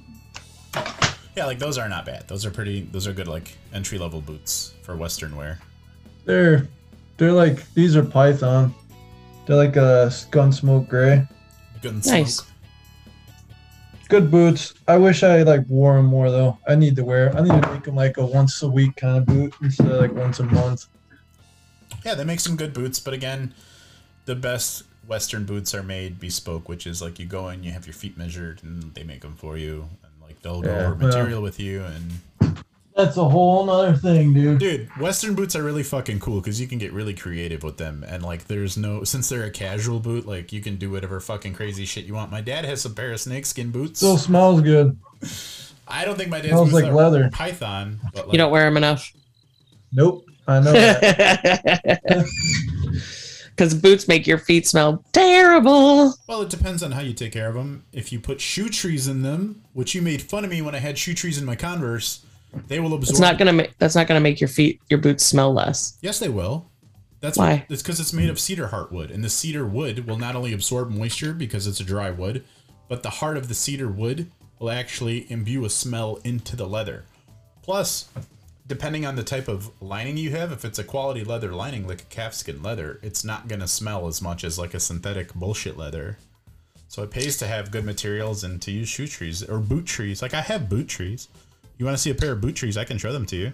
Speaker 2: Yeah, like those are not bad. Those are pretty. Those are good, like entry level boots for Western wear.
Speaker 3: They're, they're like these are Python. They're like a gunsmoke gray.
Speaker 2: Good and
Speaker 4: Nice.
Speaker 2: smoke.
Speaker 3: Good boots. I wish I like wore them more though. I need to wear. I need to make them like a once a week kind of boot instead of like once a month.
Speaker 2: Yeah, they make some good boots, but again, the best Western boots are made bespoke, which is like you go in, you have your feet measured, and they make them for you, and like they'll go
Speaker 3: Yeah,
Speaker 2: over
Speaker 3: well-
Speaker 2: material with you, and
Speaker 3: That's a whole nother thing, dude.
Speaker 2: Dude, Western boots are really fucking cool because you can get really creative with them, and like, there's no since they're a casual boot, like you can do whatever fucking crazy shit you want. My dad has some pair of snakeskin boots.
Speaker 3: Still smells good.
Speaker 2: I don't think my dad's
Speaker 3: Smells
Speaker 2: boots
Speaker 3: like
Speaker 2: are
Speaker 3: leather.
Speaker 2: Python, but like,
Speaker 4: You don't wear them enough.
Speaker 3: Nope. I know that.
Speaker 4: Because boots make your feet smell terrible.
Speaker 2: well, it depends on how you take care of them. If you put shoe trees in them, which you made fun of me when I had shoe trees in my Converse, they will absorb.
Speaker 4: It's not gonna make that's not gonna make your feet your boots smell less.
Speaker 2: Yes, they will. That's
Speaker 4: Why?
Speaker 2: What, it's because it's made of cedar heartwood, and the cedar wood will not only absorb moisture because it's a dry wood, but the heart of the cedar wood will actually imbue a smell into the leather. Plus, depending on the type of lining you have, if it's a quality leather lining like a calfskin leather, it's not gonna smell as much as like a synthetic bullshit leather. So it pays to have good materials and to use shoe trees or boot trees. Like I have boot trees. You want to see a pair of boot trees? I can show them to you.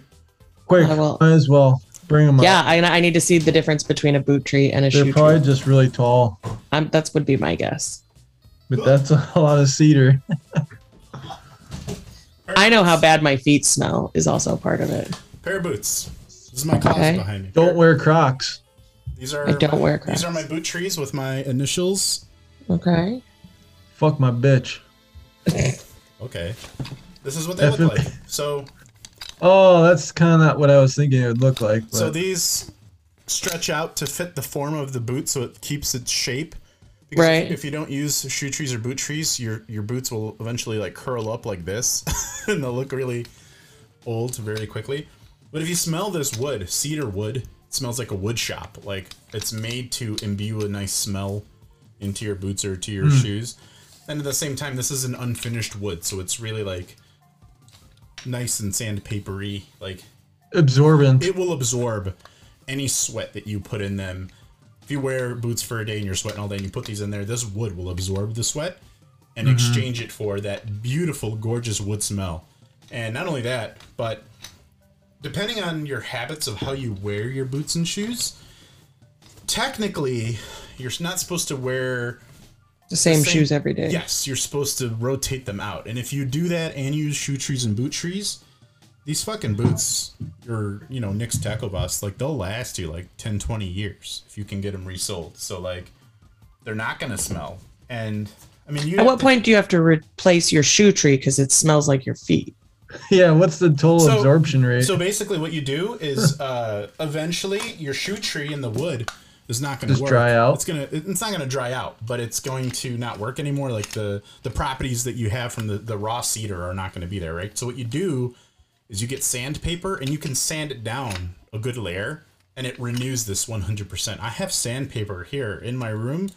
Speaker 3: Quick,
Speaker 4: I will-
Speaker 3: might as well bring them
Speaker 4: Yeah,
Speaker 3: up.
Speaker 4: I, I need to see the difference between a boot tree and a
Speaker 3: They're
Speaker 4: shoe
Speaker 3: probably
Speaker 4: tree.
Speaker 3: just really tall,
Speaker 4: I'm, that's would be my guess.
Speaker 3: but that's a lot of cedar.
Speaker 4: I know how bad my feet smell is also part of it.
Speaker 2: Pair of boots. This is my closet
Speaker 4: Okay.
Speaker 2: behind me.
Speaker 3: Don't wear Crocs.
Speaker 2: These are
Speaker 4: I don't wear
Speaker 2: These are
Speaker 4: Crocs.
Speaker 2: my boot trees with my initials.
Speaker 4: Okay.
Speaker 3: Fuck my bitch.
Speaker 2: Okay. This is what they look
Speaker 3: Definitely.
Speaker 2: like. So
Speaker 3: Oh, that's kind of not what I was thinking it would look like. But
Speaker 2: so these stretch out to fit the form of the boot so it keeps its shape. if-
Speaker 4: Right.
Speaker 2: If you don't use shoe trees or boot trees, your your boots will eventually like curl up like this and they'll look really old very quickly. But if you smell this wood, cedar wood, it smells like a wood shop. Like it's made to imbue a nice smell into your boots or to your shoes. And at the same time, this is an unfinished wood, so it's really like nice and sandpapery. Like
Speaker 3: absorbent.
Speaker 2: it will absorb any sweat that you put in them. If you wear boots for a day and you're sweating all day and you put these in there, this wood will absorb the sweat and exchange it for that beautiful, gorgeous wood smell. And not only that, but depending on your habits of how you wear your boots and shoes, technically, you're not supposed to wear
Speaker 4: The same,
Speaker 2: same-
Speaker 4: shoes every day.
Speaker 2: Yes, you're supposed to rotate them out. And if you do that and use shoe trees and boot trees, these fucking boots, your, you know, Nick's Tackle Boss, like they'll last you like 10, 20 years if you can get them resold. So like they're not going to smell. And I mean, you
Speaker 4: At what point do you have to replace your shoe tree because it smells like your feet?
Speaker 3: Yeah, what's the total
Speaker 2: So-
Speaker 3: absorption rate?
Speaker 2: So basically what you do is uh eventually your shoe tree in the wood is not going to
Speaker 3: Just
Speaker 2: work.
Speaker 3: dry out?
Speaker 2: It's going to it's not going to dry out, but it's going to not work anymore like the the properties that you have from the the raw cedar are not going to be there, right? So what you do is you get sandpaper and you can sand it down a good layer and it renews this 100%. I have sandpaper here in my room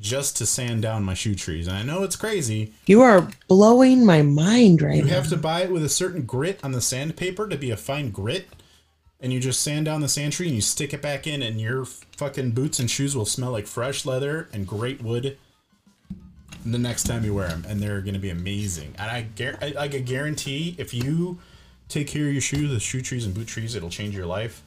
Speaker 2: just to sand down my shoe trees. And I know it's crazy,
Speaker 4: You are blowing my mind right
Speaker 2: you
Speaker 4: now.
Speaker 2: have to buy it with a certain grit on the sandpaper to be a fine grit, and you just sand down the sand tree and you stick it back in, and your fucking boots and shoes will smell like fresh leather and great wood. The next time you wear them, and they're gonna be amazing. And I, gar- I, I can guarantee if you take care of your shoes, the shoe trees and boot trees, it'll change your life.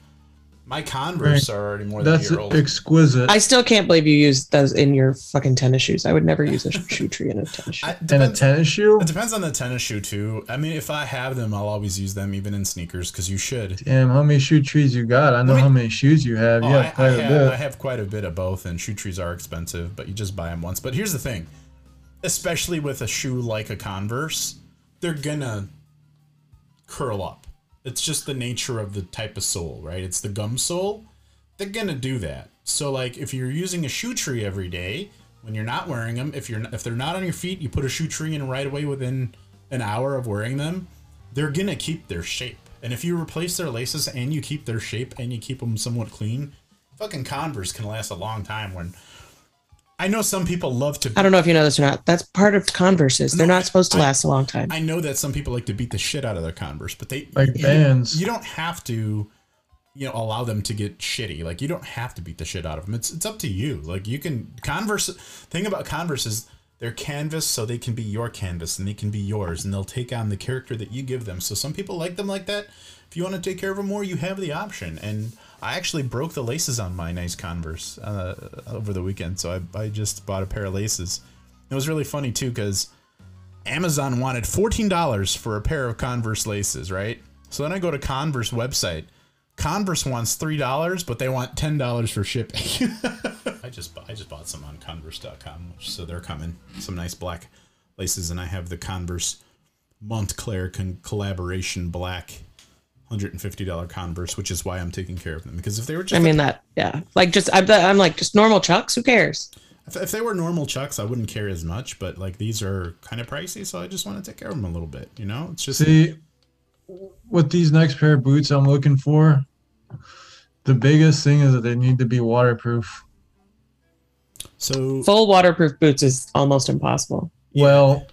Speaker 2: My Converse are already more than
Speaker 3: That's
Speaker 2: a year old.
Speaker 3: exquisite.
Speaker 4: I still can't believe you used those in your fucking tennis shoes. I would never use a shoe tree in a tennis shoe.
Speaker 2: I-
Speaker 3: and a
Speaker 2: depends-
Speaker 3: tennis shoe?
Speaker 2: it depends on the tennis shoe too. I mean, if I have them, I'll always use them, even in sneakers, because you should.
Speaker 3: Damn, how many shoe trees you got? I know how many shoes you have.
Speaker 2: Oh,
Speaker 3: yeah,
Speaker 2: I, I,
Speaker 3: quite a
Speaker 2: have, I
Speaker 3: bit.
Speaker 2: have quite a bit of both, and shoe trees are expensive, but you just buy them once. But here's the thing, especially with a shoe like a Converse, they're gonna curl up. It's just the nature of the type of sole, right? It's the gum sole. They're gonna do that. So like, if you're using a shoe tree every day when you're not wearing them, if you're if they're not on your feet, you put a shoe tree in right away within an hour of wearing them they're gonna keep their shape. And if you replace their laces and you keep their shape and you keep them somewhat clean, fucking Converse can last a long time. When I know some people love to,
Speaker 4: I don't know if you know this or not. That's part of Converses. They're not supposed to last a long time.
Speaker 2: I know that some people like to beat the shit out of their Converse, but they
Speaker 3: Like
Speaker 2: you-
Speaker 3: bands.
Speaker 2: You don't have to, you know, allow them to get shitty. Like you don't have to beat the shit out of them. It's it's up to you. Like you can Converse. Thing about Converse is they're canvas, so they can be your canvas and they can be yours, and they'll take on the character that you give them. So some people like them like that. If you want to take care of them more, you have the option. And I actually broke the laces on my nice Converse uh, over the weekend, so I I just bought a pair of laces. It was really funny too because. Amazon wanted $14 for a pair of Converse laces, right? So then I go to Converse website. Converse wants three dollars, but they want ten dollars for shipping. I just bu- I just bought some on Converse.com, which, so they're coming. Some nice black laces, and I have the Converse Montclair con- collaboration black. Hundred and fifty dollar Converse, which is why I'm taking care of them. Because if they were just
Speaker 4: I mean that, yeah. Like just I'm, I'm like just normal chucks. Who cares?
Speaker 2: If, if they were normal chucks, I wouldn't care as much, but like these are kind of pricey, so I just want to take care of them a little bit. You know, it's just
Speaker 3: See, with these next pair of boots I'm looking for, the biggest thing is that they need to be waterproof.
Speaker 2: so.
Speaker 4: Full waterproof boots is almost impossible.
Speaker 2: Yeah.
Speaker 3: Well,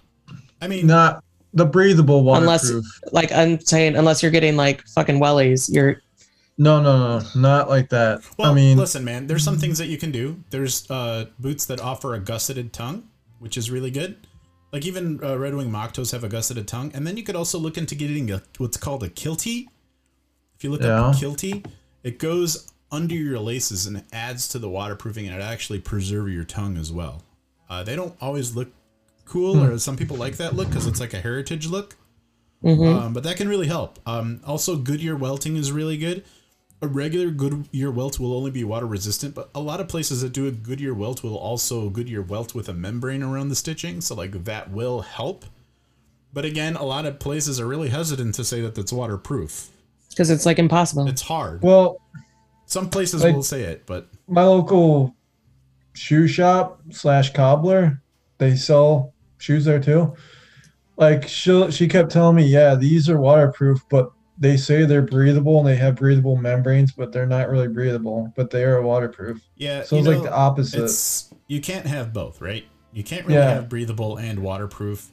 Speaker 2: I mean,
Speaker 3: not the breathable
Speaker 4: Unless-
Speaker 3: waterproof.
Speaker 4: Like I'm saying, unless you're getting like fucking wellies, you're
Speaker 3: No, no, no, not like that.
Speaker 2: well,
Speaker 3: I mean,
Speaker 2: listen, man. There's some things that you can do. There's uh, boots that offer a gusseted tongue, which is really good. Like even uh, Red Wing Mock Toes have a gusseted tongue, and then you could also look into getting a, what's called a kiltie. If you look up
Speaker 3: Yeah.
Speaker 2: kiltie, it goes under your laces and it adds to the waterproofing, and it actually preserves your tongue as well. Uh, they don't always look cool, or some people like that look because it's like a heritage look.
Speaker 4: Mhm.
Speaker 2: Um, but that can really help. Um, also, Goodyear welting is really good. A regular Goodyear welt will only be water resistant, but a lot of places that do a Goodyear welt will also Goodyear welt with a membrane around the stitching, so like that will help. But again, a lot of places are really hesitant to say that that's waterproof.
Speaker 4: because it's like impossible.
Speaker 2: It's hard.
Speaker 3: well,
Speaker 2: Some places
Speaker 3: Like-
Speaker 2: will say it, but
Speaker 3: my local shoe shop slash cobbler they sell shoes there too like she she kept telling me yeah these are waterproof but they say they're breathable and they have breathable membranes but they're not really breathable but they are waterproof
Speaker 2: yeah,
Speaker 3: so
Speaker 2: Uh, you know,
Speaker 3: it's like the opposite
Speaker 2: it's you can't have both, right? You can't really
Speaker 3: Yeah.
Speaker 2: have breathable and waterproof.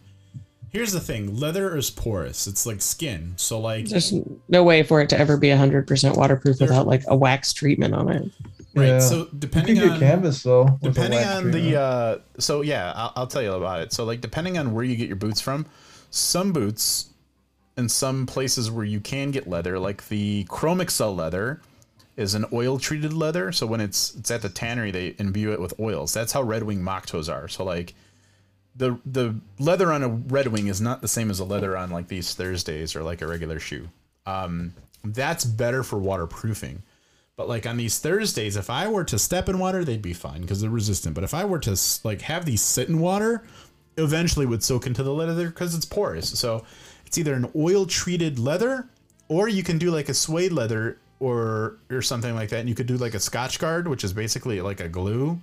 Speaker 2: Here's the thing: leather is porous. It's like skin, so like
Speaker 4: There's no way for it to ever be 100% waterproof
Speaker 2: There-
Speaker 4: without like a wax treatment on it.
Speaker 2: Right.
Speaker 3: Yeah.
Speaker 2: So
Speaker 3: you can
Speaker 2: depending
Speaker 3: get
Speaker 2: on
Speaker 3: canvas though with a
Speaker 2: depending
Speaker 3: wax
Speaker 2: on the
Speaker 3: treatment.
Speaker 2: uh, so yeah, I'll, I'll tell you about it. So like depending on where you get your boots from, some boots and some places where you can get leather, like the Chromexel leather, is an oil treated leather. So when it's it's at the tannery, they imbue it with oils. That's how Red Wing mock toes are. So like. The, the leather on a Red Wing is not the same as the leather on like these Thursdays or like a regular shoe. Um, that's better for waterproofing. But like on these Thursdays, if I were to step in water, they'd be fine because they're resistant. But if I were to s- like have these sit in water, eventually would soak into the leather because it's porous. So it's either an oil treated leather, or you can do like a suede leather or or something like that. And you could do like a Scotch guard, which is basically like a glue.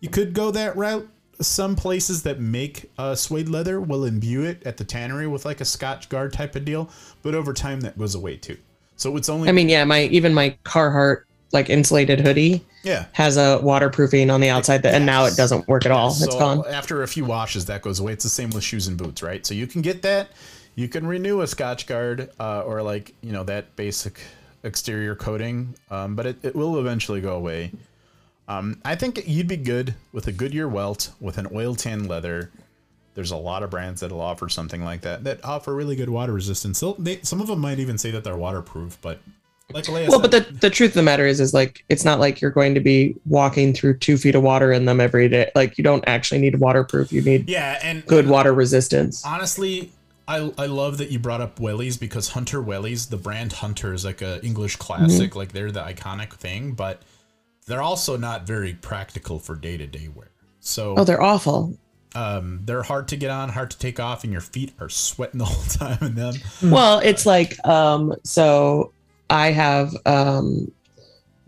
Speaker 2: You could go that route. Some places that make uh, suede leather will imbue it at the tannery with like a Scotch guard type of deal, but over time that goes away too. So it's only
Speaker 4: I mean, yeah, my even my Carhartt like insulated hoodie
Speaker 2: yeah.
Speaker 4: has a waterproofing on the outside that, and now it doesn't work at all. Oh, it's
Speaker 2: so
Speaker 4: gone.
Speaker 2: after a few washes, that goes away. It's the same with shoes and boots, right? So you can get that. You can renew a Scotch Guard uh, or like you know that basic exterior coating, um, but it, it will eventually go away. Um, I think you'd be good with a Goodyear welt with an oil tan leather. There's a lot of brands that'll offer something like that that offer really good water resistance. So they, some of them might even say that they're waterproof, but like Leia
Speaker 4: Well,
Speaker 2: said-
Speaker 4: but the, the truth of the matter is, is like it's not like you're going to be walking through two feet of water in them every day. Like you don't actually need waterproof. You need
Speaker 2: yeah, and
Speaker 4: good water resistance.
Speaker 2: honestly I, I love that you brought up wellies because hunter wellies the brand hunter is like a english
Speaker 4: Mm-hmm.
Speaker 2: classic like they're the iconic thing but they're also not very practical for day-to-day wear so
Speaker 4: Oh, they're awful.
Speaker 2: um, they're hard to get on hard to take off and your feet are sweating the whole time in them
Speaker 4: Well, it's like um so I have um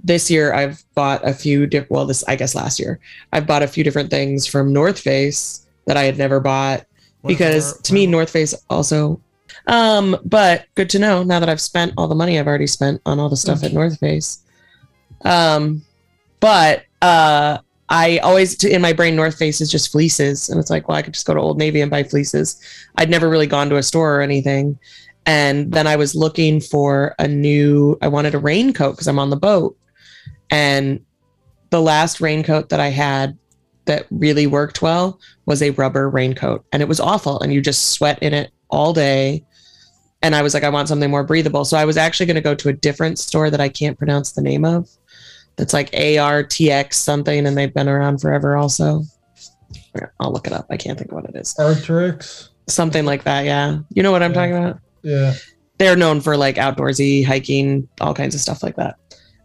Speaker 4: this year I've bought a few diff- well this I guess last year I've bought a few different things from North Face that I had never bought
Speaker 2: What if
Speaker 4: because
Speaker 2: they're-
Speaker 4: to me North Face also um but good to know now that I've spent all the money I've already spent on all the stuff at North Face um but uh I always t- in my brain North Face is just fleeces and it's like well I could just go to Old Navy and buy fleeces I'd never really gone to a store or anything and then I was looking for a new I wanted a raincoat cuz I'm on the boat and the last raincoat that I had that really worked well was a rubber raincoat and it was awful and you just sweat in it all day and I was like I want something more breathable so I was actually going to go to a different store that I can't pronounce the name of that's like ARTX something and they've been around forever also I'll look it up I can't think of what it is
Speaker 3: Arcturix.
Speaker 4: something like that yeah you know what I'm
Speaker 3: Yeah.
Speaker 4: talking about
Speaker 3: Yeah.
Speaker 4: they're known for like outdoorsy hiking, all kinds of stuff like that.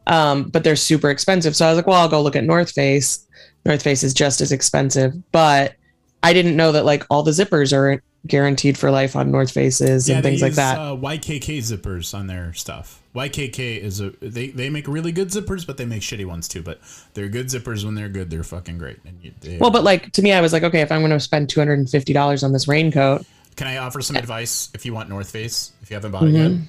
Speaker 4: Um, but they're super expensive. So I was like, well, I'll go look at North Face. North Face is just as expensive, but I didn't know that like all the zippers are guaranteed for life on North Faces and
Speaker 2: they
Speaker 4: things like
Speaker 2: use,
Speaker 4: that.
Speaker 2: Uh, YKK zippers on their stuff. YKK is a they, they make really good zippers, but they make shitty ones too. But they're good zippers when they're good. They're fucking great. And you, they,
Speaker 4: well, but like to me, I was like, okay, if I'm going to spend two hundred and fifty dollars on this raincoat,
Speaker 2: Can I offer some advice if you want North Face? If you haven't bought it yet,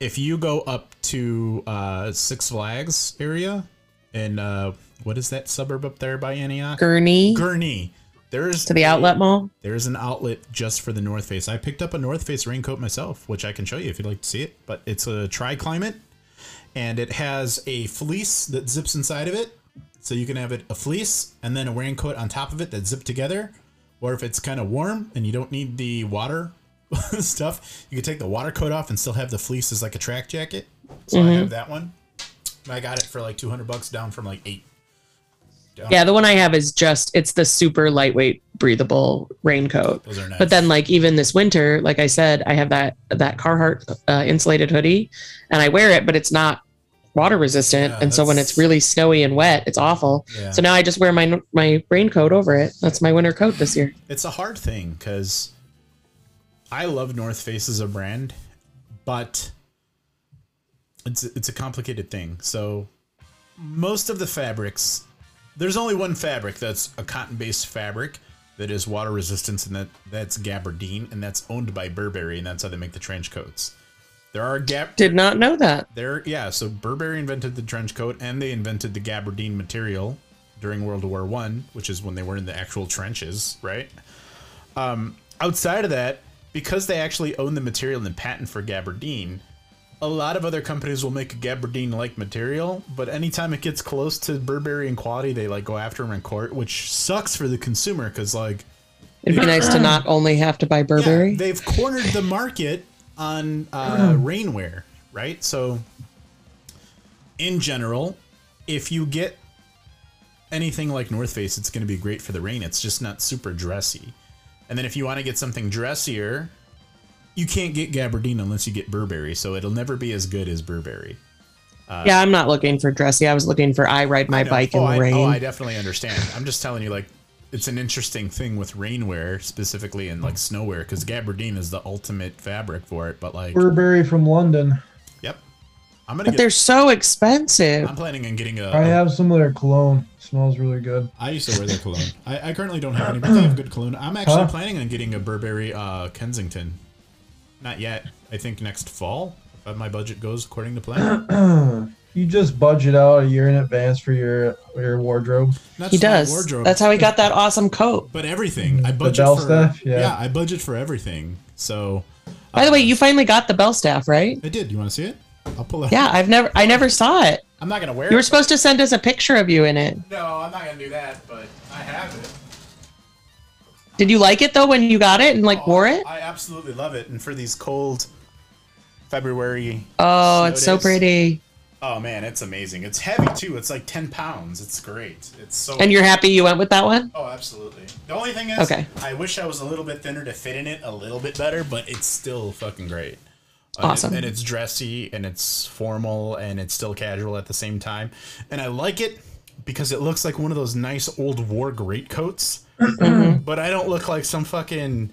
Speaker 2: if you go up to uh, Six Flags area, and uh, what is that suburb up there by Antioch?
Speaker 4: Gurney
Speaker 2: Gurney. There's
Speaker 4: to the
Speaker 2: a-
Speaker 4: outlet mall.
Speaker 2: There's an outlet just for the North Face. I picked up a North Face raincoat myself, which I can show you if you'd like to see it. But it's a tri climate and it has a fleece that zips inside of it. So you can have it a fleece and then a raincoat on top of it that zip together. Or if it's kind of warm and you don't need the water stuff, you can take the water coat off and still have the fleece as like a track jacket. So
Speaker 4: Mm-hmm.
Speaker 2: I have that one. And I got it for like 200 bucks down from like eight.
Speaker 4: Yeah, the one I have is just it's the super lightweight breathable raincoat.
Speaker 2: Those are nice.
Speaker 4: But then like even this winter, like I said, I have that that Carhartt uh, insulated hoodie and I wear it but it's not water resistant
Speaker 2: Yeah,
Speaker 4: and so when
Speaker 2: that's-
Speaker 4: it's really snowy and wet, it's awful.
Speaker 2: Yeah.
Speaker 4: So now I just wear my my raincoat over it. That's my winter coat this year.
Speaker 2: it's a hard thing because I love North Face as a brand, but it's it's a complicated thing. So most of the fabrics, there's only one fabric that's a cotton-based fabric that is water resistant, and that that's gabardine, and that's owned by Burberry, and that's how they make the trench coats. There are gab
Speaker 4: Did not know that.
Speaker 2: there yeah so burberry invented the trench coat and they invented the gabardine material during world war one which is when they were in the actual trenches right um, outside of that because they actually own the material and the patent for gabardine a lot of other companies will make a gabardine like material but anytime it gets close to burberry in quality they like go after them in court which sucks for the consumer because like
Speaker 4: It'd be nice to not only have to buy Burberry. Hmm.
Speaker 2: yeah, they've cornered the market on uh, rainwear, right? So, in general, if you get anything like North Face, it's going to be great for the rain. It's just not super dressy. And then if you want to get something dressier, you can't get gabardine unless you get Burberry. So it'll never be as good as Burberry.
Speaker 4: yeah, I'm not looking for dressy. I was looking for I ride my
Speaker 2: No,
Speaker 4: bike in
Speaker 2: oh,
Speaker 4: the
Speaker 2: I,
Speaker 4: rain.
Speaker 2: Oh, I definitely understand. I'm just telling you, like, it's an interesting thing with rainwear, specifically in like snowwear, because gabardine is the ultimate fabric for it. But like,
Speaker 3: Burberry from London.
Speaker 2: yep, I'm gonna.
Speaker 4: but they're
Speaker 2: Get,
Speaker 4: so expensive.
Speaker 2: I'm planning on getting a.
Speaker 3: I have some of their cologne. Smells really good.
Speaker 2: I used to wear their cologne. I, I currently don't have any, but they have good cologne. I'm actually
Speaker 3: Huh?
Speaker 2: planning on getting a Burberry uh, Kensington. Not yet. I think next fall, if my budget goes according to plan.
Speaker 3: You just budget out a year in advance for your your wardrobe.
Speaker 2: Not
Speaker 4: He
Speaker 2: just my
Speaker 4: does. That's how he got that awesome coat.
Speaker 2: But everything, I budget
Speaker 3: bell
Speaker 2: for.
Speaker 3: stuff? Yeah.
Speaker 2: yeah, I budget for everything. So
Speaker 4: By the way, you finally got the bell staff, right?
Speaker 2: I did. You want to see it? I'll pull it.
Speaker 4: Yeah, I've never I never saw it.
Speaker 2: I'm not gonna wear
Speaker 4: You were
Speaker 2: it.
Speaker 4: supposed to send us a picture of you in it.
Speaker 2: No, I'm not gonna do that. But I have it.
Speaker 4: Did you like it though when you got it and like wore it?
Speaker 2: I absolutely love it. And for these cold February.
Speaker 4: Oh,
Speaker 2: snow
Speaker 4: it's so
Speaker 2: days-
Speaker 4: pretty.
Speaker 2: Oh man, it's amazing. It's heavy too. It's like ten pounds. It's great. It's so.
Speaker 4: And you're happy you went with that one?
Speaker 2: Oh, absolutely. The only thing is,
Speaker 4: Okay.
Speaker 2: I wish I was a little bit thinner to fit in it a little bit better, but it's still fucking great. Uh,
Speaker 4: Awesome.
Speaker 2: And, it's dressy and it's formal and it's still casual at the same time. And I like it because it looks like one of those nice old war greatcoats,
Speaker 4: Mm-hmm.
Speaker 2: but I don't look like some fucking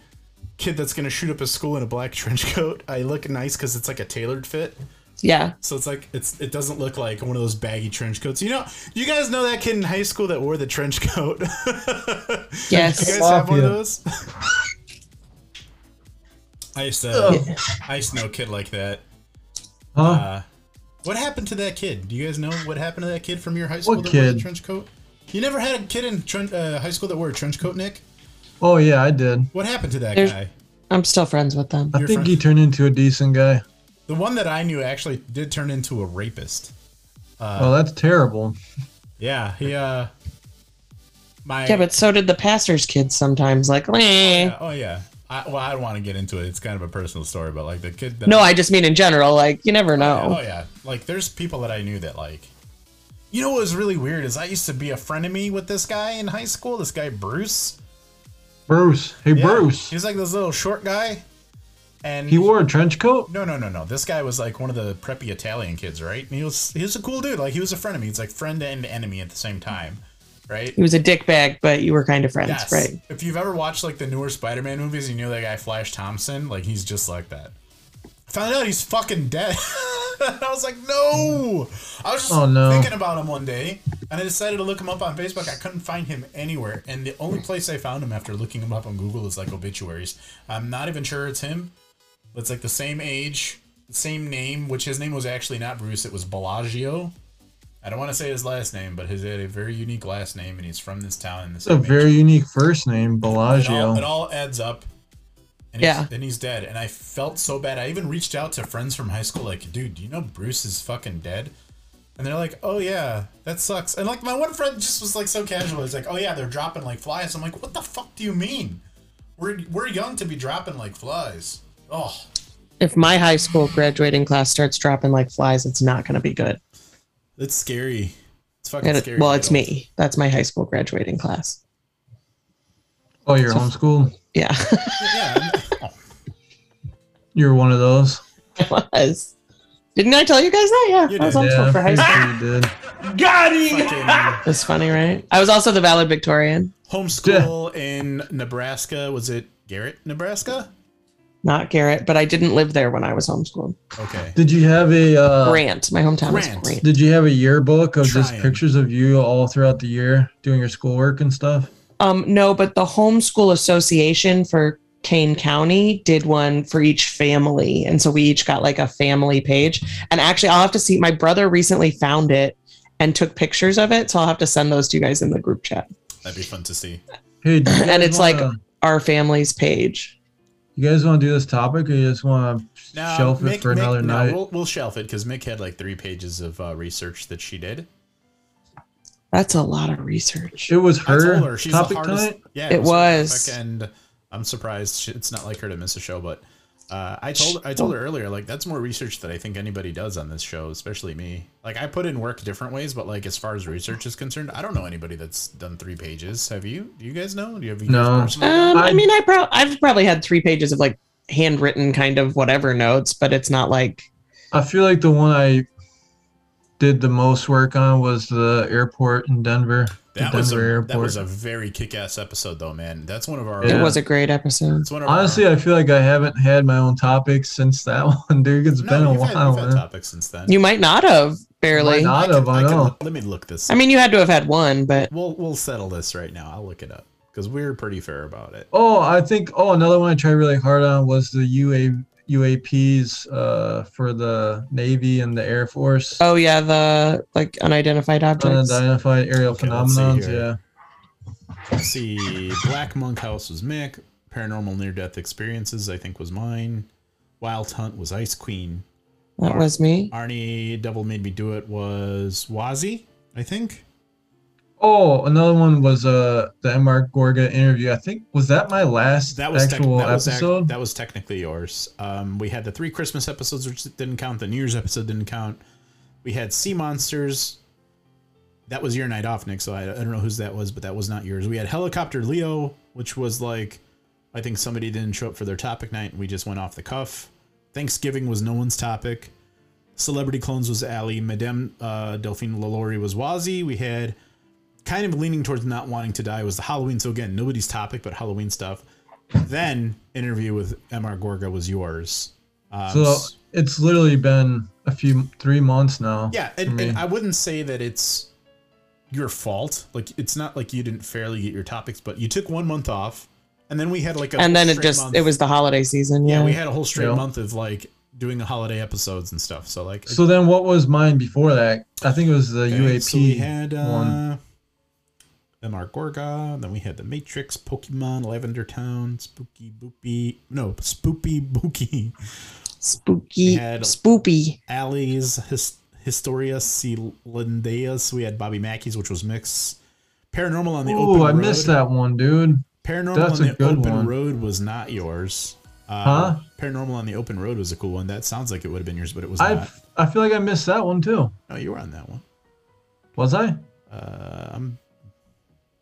Speaker 2: kid that's going to shoot up a school in a black trench coat. I look nice because it's like a tailored fit.
Speaker 4: Yeah.
Speaker 2: So it's like it's it doesn't look like one of those baggy trench coats. You know, you guys know that kid in high school that wore the trench coat. You
Speaker 4: Yes.
Speaker 2: guys have one of
Speaker 3: Sloppy.
Speaker 2: those? I used to, I used to know a kid like that.
Speaker 3: Huh?
Speaker 2: Uh, what happened to that kid? Do you guys know what happened to that kid from your high school
Speaker 3: What
Speaker 2: that wore the
Speaker 3: kid?
Speaker 2: trench coat? You never had a kid in tren- uh, high school that wore a trench coat, Nick?
Speaker 3: oh yeah, I did.
Speaker 2: What happened to that
Speaker 4: There's-
Speaker 2: guy?
Speaker 4: I'm still friends with them.
Speaker 3: I
Speaker 2: Your
Speaker 3: think
Speaker 2: friend-
Speaker 3: he turned into a decent guy.
Speaker 2: The one that I knew actually did turn into a rapist. Uh,
Speaker 3: oh, that's terrible.
Speaker 2: Yeah, he. Uh, my
Speaker 4: Yeah, but so did the pastor's kids sometimes. Like, eh.
Speaker 2: Yeah, oh yeah. I, well, I don't want to get into it. It's kind of a personal story, but like the kid. That
Speaker 4: No, I just mean in general. Like, you never
Speaker 2: Oh
Speaker 4: know.
Speaker 2: yeah, like there's people that I knew that like. You know what was really weird is I used to be a frenemy with this guy in high school. This guy Bruce.
Speaker 3: Bruce. Hey
Speaker 2: Yeah.
Speaker 3: Bruce.
Speaker 2: He's like this little short guy, And
Speaker 3: He wore a trench coat.
Speaker 2: No, no, no, no. This guy was like one of the preppy Italian kids, right? And he was he was a cool dude. Like he was a friend of me. He's like friend and enemy at the same time, right?
Speaker 4: He was a dickbag, but you were kind of friends,
Speaker 2: Yes.
Speaker 4: right?
Speaker 2: If you've ever watched like the newer Spider-Man movies, you know that guy Flash Thompson. Like he's just like that. Found out he's fucking dead. I was like, no. I was just
Speaker 3: Oh, no.
Speaker 2: thinking about him one day, and I decided to look him up on Facebook. I couldn't find him anywhere, and the only place I found him after looking him up on Google is like obituaries. I'm not even sure it's him. But it's like the same age, same name, which his name was actually not Bruce. It was Bellagio. I don't want to say his last name, but his he had a very unique last name, and he's from this town. And this
Speaker 3: It's a very unique first name,
Speaker 2: it all, it
Speaker 3: Bellagio.
Speaker 2: all adds up. And
Speaker 4: Yeah.
Speaker 2: He's, and he's dead. And I felt so bad. I even reached out to friends from high school, like, dude, do you know Bruce is fucking dead? And they're like, oh yeah, that sucks. And like my one friend just was like so casual. He's like, oh yeah, they're dropping like flies. I'm like, what the fuck do you mean? We're we're young to be dropping like flies. Oh,
Speaker 4: If my high school graduating class starts dropping like flies, it's not going to be good.
Speaker 2: It's scary. It's fucking
Speaker 4: And
Speaker 2: scary.
Speaker 4: it, well, it's
Speaker 2: Michael.
Speaker 4: me. That's my high school graduating class.
Speaker 3: Oh, you're homeschooled.
Speaker 4: Yeah,
Speaker 2: Yeah.
Speaker 3: You're one of those.
Speaker 4: I was. Didn't I tell you guys that? Yeah,
Speaker 2: You
Speaker 4: I was
Speaker 2: did.
Speaker 4: on
Speaker 3: Yeah,
Speaker 4: for high school.
Speaker 3: I'm sure you did.
Speaker 2: fucking
Speaker 4: That's funny, right? I was also the valedictorian,
Speaker 2: homeschool in Nebraska. Was it Garrett, Nebraska?
Speaker 4: not Garrett, but I didn't live there when I was homeschooled.
Speaker 2: Okay.
Speaker 3: Did you have a uh,
Speaker 4: Grant, my hometown was
Speaker 2: Grant.
Speaker 4: Grant.
Speaker 3: Did you have a yearbook of just
Speaker 2: Trying.
Speaker 3: pictures of you all throughout the year doing your schoolwork and stuff?
Speaker 4: Um, no, but the homeschool association for Kane County did one for each family, and so we each got like a family page. And actually, I'll have to see. My brother recently found it and took pictures of it, so I'll have to send those to you guys in the group chat.
Speaker 2: That'd be fun to see.
Speaker 3: Hey, do you
Speaker 4: And
Speaker 3: guys
Speaker 4: it's like-
Speaker 3: wanna-
Speaker 4: Our family's page.
Speaker 3: you guys want to do this topic, or you just want to
Speaker 2: Now,
Speaker 3: shelf it
Speaker 2: Mick-
Speaker 3: for
Speaker 2: Mick-
Speaker 3: another
Speaker 2: no,
Speaker 3: night?
Speaker 2: we'll, we'll shelf it because Mick had like three pages of uh, research that she did.
Speaker 4: That's a lot of research.
Speaker 3: It was
Speaker 2: I
Speaker 3: her,
Speaker 2: told her she's
Speaker 3: topic
Speaker 2: the hardest.
Speaker 3: tonight.
Speaker 2: Yeah,
Speaker 4: It was.
Speaker 2: terrific, and I'm surprised she, it's not like her to miss a show. But uh, I told I told her earlier, like that's more research that I think anybody does on this show, especially me. Like I put in work different ways, but like as far as research is concerned, I don't know anybody that's done three pages. Have you? Do you guys know? Do you have you guys
Speaker 3: No.
Speaker 2: personally done?
Speaker 4: Um, I
Speaker 3: I-
Speaker 4: mean, I pro- I've probably had three pages of like handwritten kind of whatever notes, but it's not like
Speaker 3: I feel like the one I did the most work on was the airport in Denver. The
Speaker 2: That
Speaker 3: Denver
Speaker 2: was a,
Speaker 3: airport.
Speaker 2: that was a very kick-ass episode, though, man. That's one of our.
Speaker 3: Yeah.
Speaker 4: it was a great episode.
Speaker 2: it's one of our-
Speaker 3: Honestly, I feel like I haven't had my own topic since that one, dude. It's
Speaker 2: No,
Speaker 3: been a
Speaker 2: we've had-
Speaker 3: while.
Speaker 2: we've had
Speaker 3: man.
Speaker 2: topics since then.
Speaker 4: You might not have barely.
Speaker 3: not?
Speaker 2: I
Speaker 3: Thought of, I
Speaker 2: can-
Speaker 3: know.
Speaker 2: let me look this.
Speaker 4: I mean, you had to have had one, but
Speaker 2: we'll we'll settle this right now. I'll look it up because we're pretty fair about it.
Speaker 3: Oh, I think. Oh, another one I tried really hard on was the UA UAPs uh, for the Navy and the Air Force.
Speaker 4: oh yeah, the like unidentified objects.
Speaker 3: Unidentified aerial
Speaker 2: Okay, let's see
Speaker 3: phenomenons.
Speaker 2: here.
Speaker 3: Yeah.
Speaker 2: Let's see, Black Monk House was Mick. Paranormal near death experiences, I think, was mine. Wild Hunt was Ice Queen.
Speaker 4: That was me.
Speaker 2: Arnie Devil Made Me Do It was Wazzy, I think.
Speaker 3: Oh, another one was uh the Mr. Gorga interview. I think was that my last
Speaker 2: That was tec-
Speaker 3: actual
Speaker 2: that was ac-
Speaker 3: episode.
Speaker 2: that was technically yours. Um, we had the three Christmas episodes, which didn't count. The New Year's episode didn't count. We had Sea Monsters. That was your night off, Nick. So I, I don't know whose that was, but that was not yours. We had Helicopter Leo, which was like, I think somebody didn't show up for their topic night, and we just went off the cuff. Thanksgiving was no one's topic. Celebrity Clones was Ali. Madame uh, Delphine LaLaurie was Wazzy. We had kind of leaning towards not wanting to die was the Halloween. So again, nobody's topic, but Halloween stuff. Then interview with Mr. Gorga was yours. Um,
Speaker 3: so it's literally been a few three months now.
Speaker 2: yeah,
Speaker 3: for
Speaker 2: and,
Speaker 3: me.
Speaker 2: and I wouldn't say that it's your fault. Like it's not like you didn't fairly get your topics, but you took one month off, and then we had like a
Speaker 4: And
Speaker 2: whole
Speaker 4: then it
Speaker 2: straight
Speaker 4: just
Speaker 2: month-
Speaker 4: it was the holiday season. Yeah.
Speaker 2: yeah we had a whole straight
Speaker 3: Yeah.
Speaker 2: month of like doing holiday episodes and stuff. So like
Speaker 3: so then what was mine before that? I think it was the
Speaker 2: Okay,
Speaker 3: UAP
Speaker 2: So we had
Speaker 3: one.
Speaker 2: uh, Mr. Gorga, then we had the Matrix, Pokemon, Lavender Town, Spooky Boopy, no Spoopy Bookie,
Speaker 4: spooky,
Speaker 2: had-
Speaker 4: spoopy.
Speaker 2: Alleys, His- Historia Celandeas. We had Bobby Mackey's, which was Mix. Paranormal on the Open
Speaker 3: Oh, I
Speaker 2: Road.
Speaker 3: missed that one, dude.
Speaker 2: Paranormal
Speaker 3: That's
Speaker 2: on
Speaker 3: a
Speaker 2: the
Speaker 3: good
Speaker 2: Open
Speaker 3: one.
Speaker 2: Road was not yours. Uh,
Speaker 3: Huh?
Speaker 2: Paranormal on the Open Road was a cool one. That sounds like it would have been yours, but it was
Speaker 3: I
Speaker 2: not.
Speaker 3: I feel like I missed that one too.
Speaker 2: No, you were on that one.
Speaker 3: Was I?
Speaker 2: Uh, I'm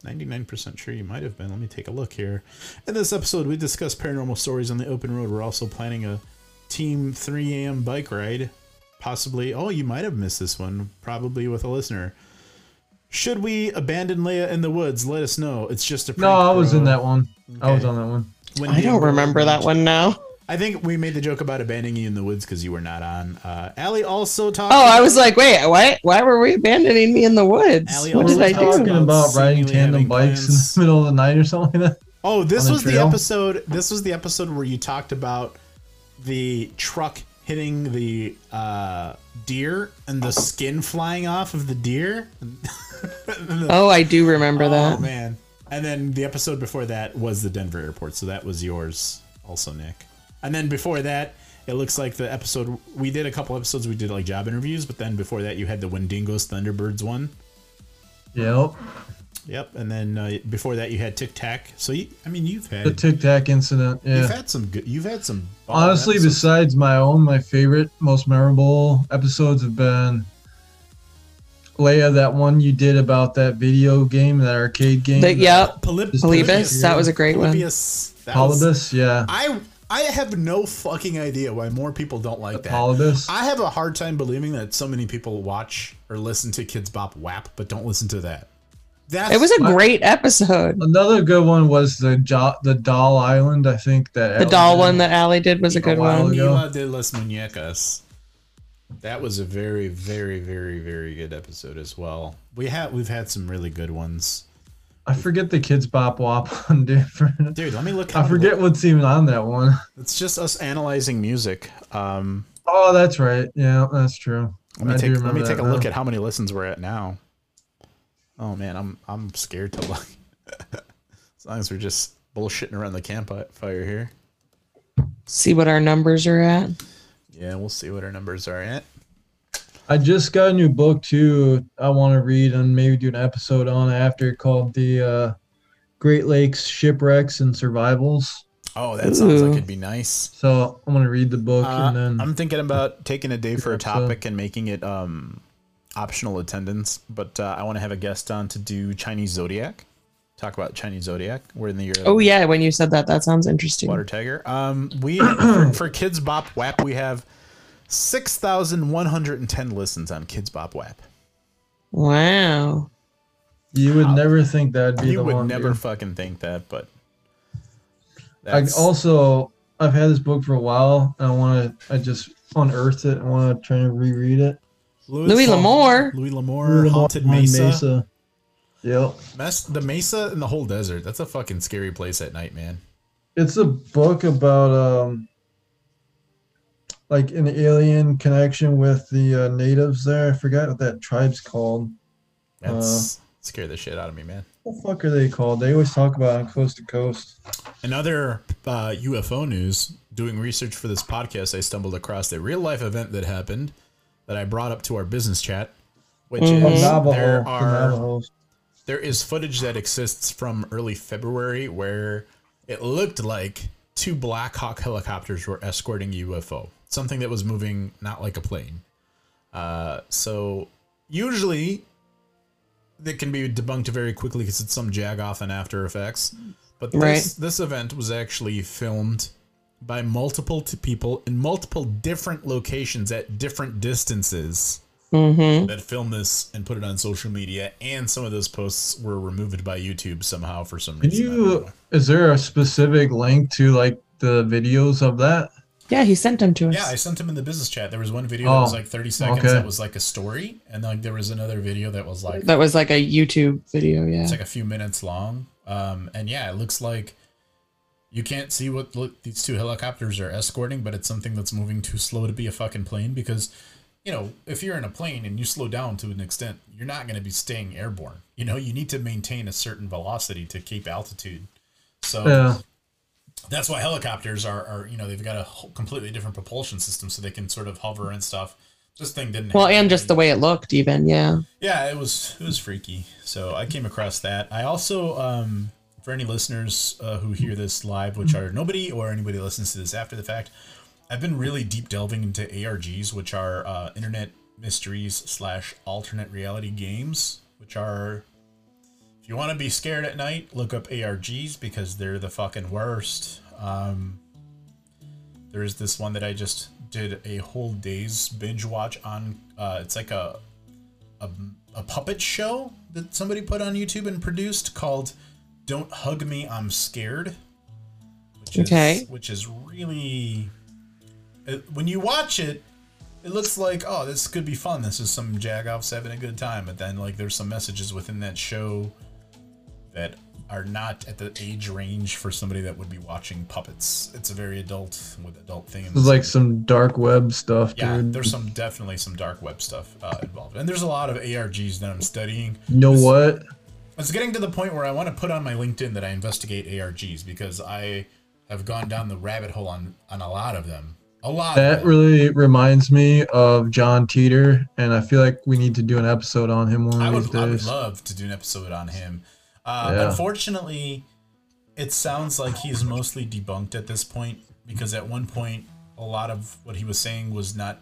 Speaker 2: 99% sure you might have been. Let me take a look here. In this episode, we discuss paranormal stories on the open road. We're also planning a Team 3 AM bike ride. Possibly, oh, you might have missed this one, probably with a listener. Should we abandon Leia in the woods? Let us know. It's just a
Speaker 3: No, I was in that one. I was
Speaker 2: Okay.
Speaker 3: on that one.
Speaker 2: When
Speaker 4: I
Speaker 2: the
Speaker 4: don't
Speaker 2: Emperor
Speaker 4: remember that one now.
Speaker 2: I think we made the joke about abandoning you in the woods because you were not on. Uh, Allie also talked.
Speaker 4: Oh, I was like, wait, why? Why were we abandoning me in the woods?
Speaker 2: Allie
Speaker 4: what
Speaker 3: We
Speaker 4: did
Speaker 3: were
Speaker 4: I
Speaker 3: talking
Speaker 4: do?
Speaker 3: about riding
Speaker 2: Seemingly
Speaker 3: tandem
Speaker 2: having
Speaker 3: bikes
Speaker 2: plans.
Speaker 3: in the middle of the night or something like that.
Speaker 2: Oh, this
Speaker 3: on a
Speaker 2: was the
Speaker 3: trail.
Speaker 2: episode. This was the episode where you talked about the truck hitting the uh, deer and the skin flying off of the deer.
Speaker 4: Oh, I do remember
Speaker 2: Oh
Speaker 4: that.
Speaker 2: man! And then the episode before that was the Denver airport, so that was yours also, Nick. And then before that, it looks like the episode we did a couple episodes. We did like job interviews, but then before that, you had the Wendigos Thunderbirds one.
Speaker 3: Yep.
Speaker 2: Yep, and then uh, before that you had Tic Tac. So you, I mean, you've had
Speaker 3: The Tic Tac incident.
Speaker 2: you've
Speaker 3: Yeah.
Speaker 2: had some good. You've had some. bomb
Speaker 3: Honestly,
Speaker 2: episodes.
Speaker 3: besides my own, my favorite, most memorable episodes have been Leia, that one you did about that video game, that arcade game.
Speaker 4: But yep,
Speaker 2: Polyb-
Speaker 4: Polybus, that was a great one.
Speaker 2: Polybius, that was-
Speaker 3: Polybus, yeah.
Speaker 2: I I have no fucking idea why more people don't like that.
Speaker 3: Polybus.
Speaker 2: I have a hard time believing that so many people watch or listen to Kids Bop WAP, but don't listen to that. That's
Speaker 4: It was a great episode.
Speaker 3: Another good one was the jo- the Doll Island, I think that
Speaker 4: The
Speaker 3: Ellen
Speaker 4: doll
Speaker 3: did.
Speaker 4: one that Allie did was a good
Speaker 3: while
Speaker 4: one.
Speaker 3: ago.
Speaker 2: Mila de las Muñecas. That was a very, very, very, very good episode as well. We had we've had some really good ones.
Speaker 3: I forget the Kids Bop Wop one, dude.
Speaker 2: Dude, let me look.
Speaker 3: I
Speaker 2: how-
Speaker 3: forget what's even on that one.
Speaker 2: It's just us analyzing music. Um,
Speaker 3: Oh, that's right. Yeah, that's true.
Speaker 2: let me
Speaker 3: I do
Speaker 2: take let
Speaker 3: remember
Speaker 2: me
Speaker 3: that
Speaker 2: take a look
Speaker 3: now.
Speaker 2: at how many listens we're at now. Oh man, I'm I'm scared to look. as long as we're just bullshitting around the campfire here.
Speaker 4: See what our numbers are at.
Speaker 2: Yeah, we'll see what our numbers are at.
Speaker 3: I just got a new book too. I want to read and maybe do an episode on after called the uh, Great Lakes Shipwrecks and Survivals.
Speaker 2: Oh, that sounds like
Speaker 4: Ooh.
Speaker 2: it'd be nice.
Speaker 3: So I'm gonna read the book
Speaker 2: Uh,
Speaker 3: and then
Speaker 2: I'm thinking about taking a day for a
Speaker 3: Perhaps, uh,
Speaker 2: topic and making it um, optional attendance. But uh, I want to have a guest on to do Chinese zodiac. Talk about Chinese zodiac. We're in the year. of
Speaker 4: Oh yeah, when you said that, that sounds interesting.
Speaker 3: Mm.
Speaker 2: Water Tiger. Um, we for, for Kids Bop WAP we have six thousand one hundred and ten listens on Kids Bop WAP.
Speaker 4: Wow.
Speaker 3: you would never think that'd be
Speaker 2: You
Speaker 3: the
Speaker 2: would
Speaker 3: one.
Speaker 2: never
Speaker 3: dude.
Speaker 2: fucking think that, but
Speaker 3: I
Speaker 2: that's,
Speaker 3: also I've had this book for a while. And I want to I just unearthed it. I want to try to reread it.
Speaker 2: Louis,
Speaker 4: Louis L'Amour.
Speaker 2: Louis L'Amour, Haunted Mesa,
Speaker 3: Yep.
Speaker 2: Mes- the Mesa and the whole desert. That's a fucking scary place at night, man.
Speaker 3: It's a book about um like an alien connection with the uh, natives there. I forgot what that tribe's called. Uh.
Speaker 2: That's scare the shit out of me, man.
Speaker 3: What the fuck are they called? They always talk about it on coast to coast.
Speaker 2: In other uh, UFO news, doing research for this podcast, I stumbled across a real life event that happened that I brought up to our business chat, which
Speaker 4: Mhm.
Speaker 2: is
Speaker 3: Mm-hmm. Navajo,
Speaker 2: there
Speaker 3: the
Speaker 2: are
Speaker 3: Navajos.
Speaker 2: there is footage that exists from early February where it looked like two Black Hawk helicopters were escorting a UFO, something that was moving not like a plane. Uh, so usually that can be debunked very quickly because it's some jag off in After Effects. But this,
Speaker 4: Right.
Speaker 2: this event was actually filmed by multiple t- people in multiple different locations at different distances
Speaker 4: Mm-hmm.
Speaker 2: that filmed this and put it on social media, and some of those posts were removed by YouTube somehow for some
Speaker 3: Can
Speaker 2: reason. I don't
Speaker 3: you
Speaker 2: know.
Speaker 3: is there a specific link to like the videos of that?
Speaker 4: Yeah, he sent them to us.
Speaker 2: Yeah, I sent them in the business chat. There was one video that
Speaker 3: Oh,
Speaker 2: was like 30 seconds
Speaker 3: okay.
Speaker 2: that was like a story, and like there was another video that was like
Speaker 4: that was like a YouTube video. Yeah.
Speaker 2: it's like a few minutes long. Um, and yeah, it looks like you can't see what look, these two helicopters are escorting, but it's something that's moving too slow to be a fucking plane because. You know, if you're in a plane and you slow down to an extent, you're not going to be staying airborne. You know, you need to maintain a certain velocity to keep altitude. So
Speaker 3: Yeah.
Speaker 2: that's why helicopters are, are you know they've got a whole- completely different propulsion system so they can sort of hover and stuff this thing didn't
Speaker 4: well,
Speaker 2: have
Speaker 4: and
Speaker 2: that.
Speaker 4: just the way it looked, even. Yeah.
Speaker 2: yeah it was it was freaky so i came across that i also um for any listeners uh, who hear this live which are nobody or anybody listens to this after the fact i've been really deep delving into args which are uh, internet mysteries slash alternate reality games which are if If you want to be scared at night, look up ARGs because they're the fucking worst. Um, there is this one that I just did a whole day's binge watch on. Uh, it's like a, a a puppet show that somebody put on YouTube and produced called "Don't Hug Me, I'm Scared," which
Speaker 4: Okay.
Speaker 2: is which is really it- when you watch it, it looks like oh this could be fun. This is some jagoffs having a good time, but then like there's some messages within that show that are not at the age range for somebody that would be watching puppets. It's a very adult with adult themes.
Speaker 3: This is like some dark web stuff,
Speaker 2: yeah,
Speaker 3: dude.
Speaker 2: there's some definitely some dark web stuff uh, involved, and there's a lot of ARGs that I'm studying.
Speaker 3: you know what?
Speaker 2: It's getting to the point where I want to put on my LinkedIn that I investigate ARGs because I have gone down the rabbit hole on on a lot of them. A lot. of
Speaker 3: That
Speaker 2: them.
Speaker 3: really reminds me of John Teeter, and I feel like we need to do an episode on him one
Speaker 2: I
Speaker 3: of
Speaker 2: would,
Speaker 3: these
Speaker 2: I would
Speaker 3: days.
Speaker 2: love to do an episode on him. Uh,
Speaker 3: Yeah.
Speaker 2: Unfortunately, it sounds like he's mostly debunked at this point because at one point, a lot of what he was saying was not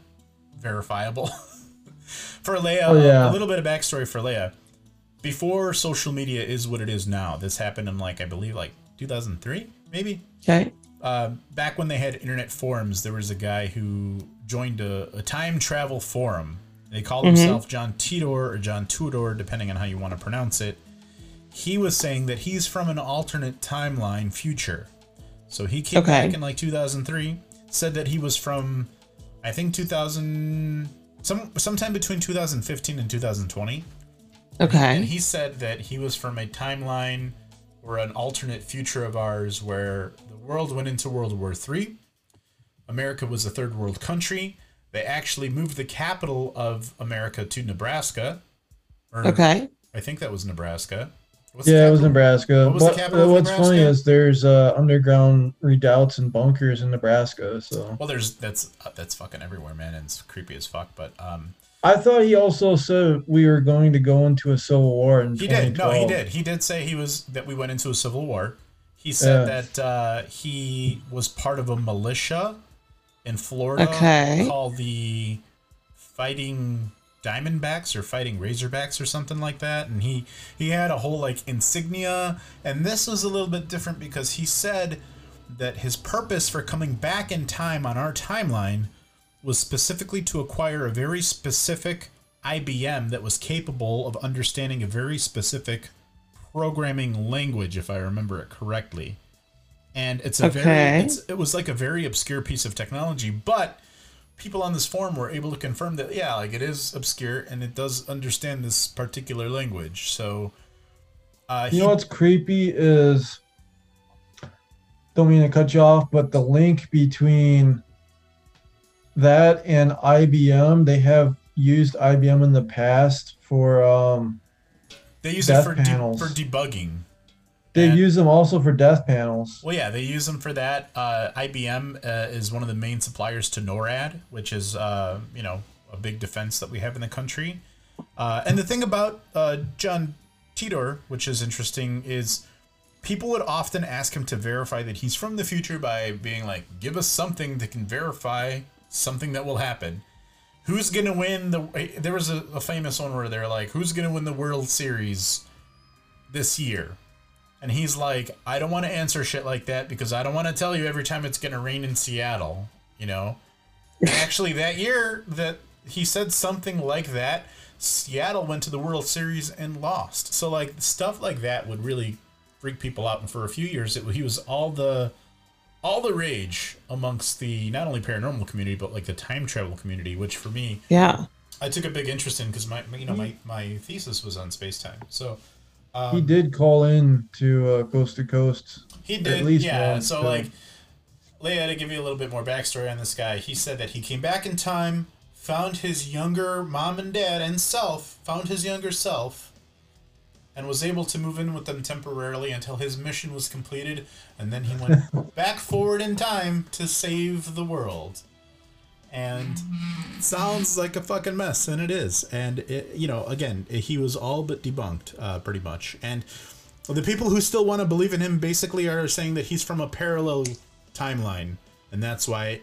Speaker 2: verifiable. for Leia,
Speaker 3: Oh, yeah.
Speaker 2: a little bit of backstory for Leia. Before social media is what it is now, this happened in like, I believe, like 2003, maybe?
Speaker 4: Okay.
Speaker 2: uh, back when they had internet forums, there was a guy who joined a, a time travel forum. They called himself John Titor or John Tudor, depending on how you want to pronounce it. He was saying that he's from an alternate timeline future. So he came
Speaker 4: Okay.
Speaker 2: back in like 2003, said that he was from, I think 2000, some sometime between 2015 and 2020. And
Speaker 4: Okay.
Speaker 2: he said that he was from a timeline or an alternate future of ours where the world went into World War III. America was a third world country. They actually moved the capital of America to Nebraska. Or
Speaker 4: Okay.
Speaker 2: I think that was Nebraska. What's the
Speaker 3: Yeah, it was
Speaker 2: capital?
Speaker 3: Nebraska.
Speaker 2: What was the
Speaker 3: But- uh,
Speaker 2: capital of
Speaker 3: what's funny
Speaker 2: Nebraska?
Speaker 3: is there's uh, underground redoubts and bunkers in Nebraska. So
Speaker 2: Well, there's that's uh, that's fucking everywhere, man, and it's creepy as fuck. But um,
Speaker 3: I thought he also said we were going to go into a civil war. In
Speaker 2: He did. No, he
Speaker 3: 2012.
Speaker 2: did. He did say he was that we went into a civil war. He said
Speaker 3: Yeah.
Speaker 2: that uh, he was part of a militia in Florida
Speaker 4: Okay.
Speaker 2: called the Fighting Diamondbacks or Fighting Razorbacks or something like that. And he he had a whole like insignia. And this was a little bit different because he said that his purpose for coming back in time on our timeline was specifically to acquire a very specific IBM that was capable of understanding a very specific programming language, if I remember it correctly. And it's a
Speaker 4: Okay.
Speaker 2: very it's, it was like a very obscure piece of technology, but people on this forum were able to confirm that yeah, like it is obscure and it does understand this particular language. So uh,
Speaker 3: You
Speaker 2: he-
Speaker 3: know what's creepy is don't mean to cut you off, but the link between that and IBM, they have used IBM in the past for um
Speaker 2: they use it
Speaker 3: death
Speaker 2: for de-
Speaker 3: panels.
Speaker 2: for debugging.
Speaker 3: they
Speaker 2: Yeah.
Speaker 3: use them also for death panels.
Speaker 2: Well, yeah, they use them for that. Uh, IBM uh, is one of the main suppliers to NORAD, which is uh, you know a big defense that we have in the country. Uh, and the thing about uh, John Titor, which is interesting, is people would often ask him to verify that he's from the future by being like, "Give us something that can verify something that will happen." Who's gonna win the? There was a, a famous one where they're like, "Who's gonna win the World Series this year?" And he's like, I don't want to answer shit like that because I don't want to tell you every time it's going to rain in Seattle, you know? And actually, that year that he said something like that, Seattle went to the World Series and lost. So, like, stuff like that would really freak people out. And for a few years, it, he was all the. All the rage amongst the not only paranormal community but like the time travel community, which for me
Speaker 4: Yeah.
Speaker 2: I took a big interest in because my you know my, my thesis was on space time. So
Speaker 3: he did call in to uh, Coast to Coast.
Speaker 2: He did,
Speaker 3: least
Speaker 2: yeah.
Speaker 3: once,
Speaker 2: so,
Speaker 3: but-
Speaker 2: like, Leia, to give you a little bit more backstory on this guy, he said that he came back in time, found his younger mom and dad and self, found his younger self, and was able to move in with them temporarily until his mission was completed, and then he went back forward in time to save the world. And it sounds like a fucking mess, and it is. And it, you know, again, he was all but debunked, uh, pretty much. And well, the people who still want to believe in him basically are saying that he's from a parallel timeline, and that's why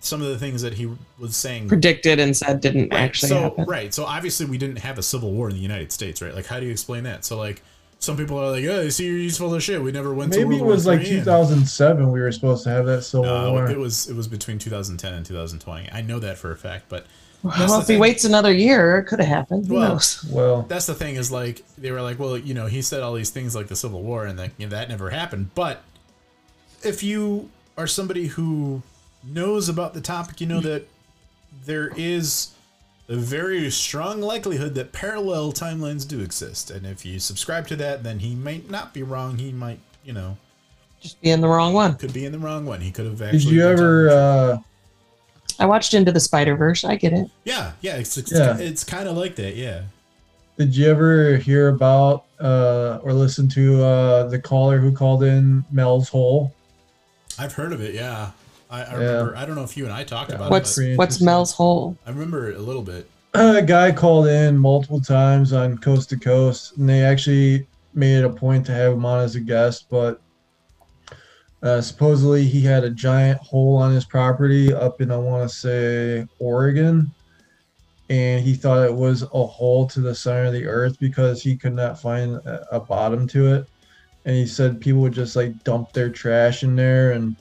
Speaker 2: some of the things that he was saying.
Speaker 4: Predicted and said didn't
Speaker 2: Right,
Speaker 4: actually
Speaker 2: so
Speaker 4: happen.
Speaker 2: right, so obviously we didn't have a civil war in the United States, right? Like, how do you explain that? So like, Some people are like, "Hey, see, you're useful as shit. We never went to
Speaker 3: Maybe
Speaker 2: World
Speaker 3: it was
Speaker 2: War
Speaker 3: like
Speaker 2: III, and-
Speaker 3: 2007. We were supposed to have that Civil
Speaker 2: No,
Speaker 3: War.
Speaker 2: it was it was between 2010 and 2020. I know that for a fact, but that's
Speaker 4: well,
Speaker 2: the
Speaker 4: if he
Speaker 2: thing.
Speaker 4: waits another year, it could have happened. Who
Speaker 2: Well,
Speaker 4: knows?
Speaker 3: well,
Speaker 2: that's the thing is like they were like, well, you know, he said all these things like the Civil War and that you know, that never happened. But if you are somebody who knows about the topic, you know that there is a very strong likelihood that parallel timelines do exist, and if you subscribe to that, then he might not be wrong. He might, you know,
Speaker 4: Just being the wrong one.
Speaker 2: could be in the wrong one. He could have actually.
Speaker 3: did you
Speaker 2: been
Speaker 3: ever?
Speaker 2: telling the
Speaker 3: Uh,
Speaker 4: I watched Into the Spider Verse. I get it.
Speaker 2: Yeah, yeah, it's it's,
Speaker 3: Yeah.
Speaker 2: it's kind of like that. Yeah,
Speaker 3: uh, did you ever hear about uh, or listen to uh, the caller who called in Mel's Hole?
Speaker 2: I've heard of it. Yeah, I, I
Speaker 3: Yeah.
Speaker 2: remember. I don't know if you and I talked
Speaker 3: Yeah.
Speaker 2: about
Speaker 4: What's
Speaker 2: it.
Speaker 3: pretty
Speaker 4: what's
Speaker 3: interesting.
Speaker 4: Mel's hole?
Speaker 2: but I remember it a little bit.
Speaker 3: a guy called in multiple times on coast to coast and they actually made it a point to have him on as a guest but uh, supposedly he had a giant hole on his property up in i want to say oregon and he thought it was a hole to the center of the earth because he could not find a, a bottom to it and he said people would just like dump their trash in there and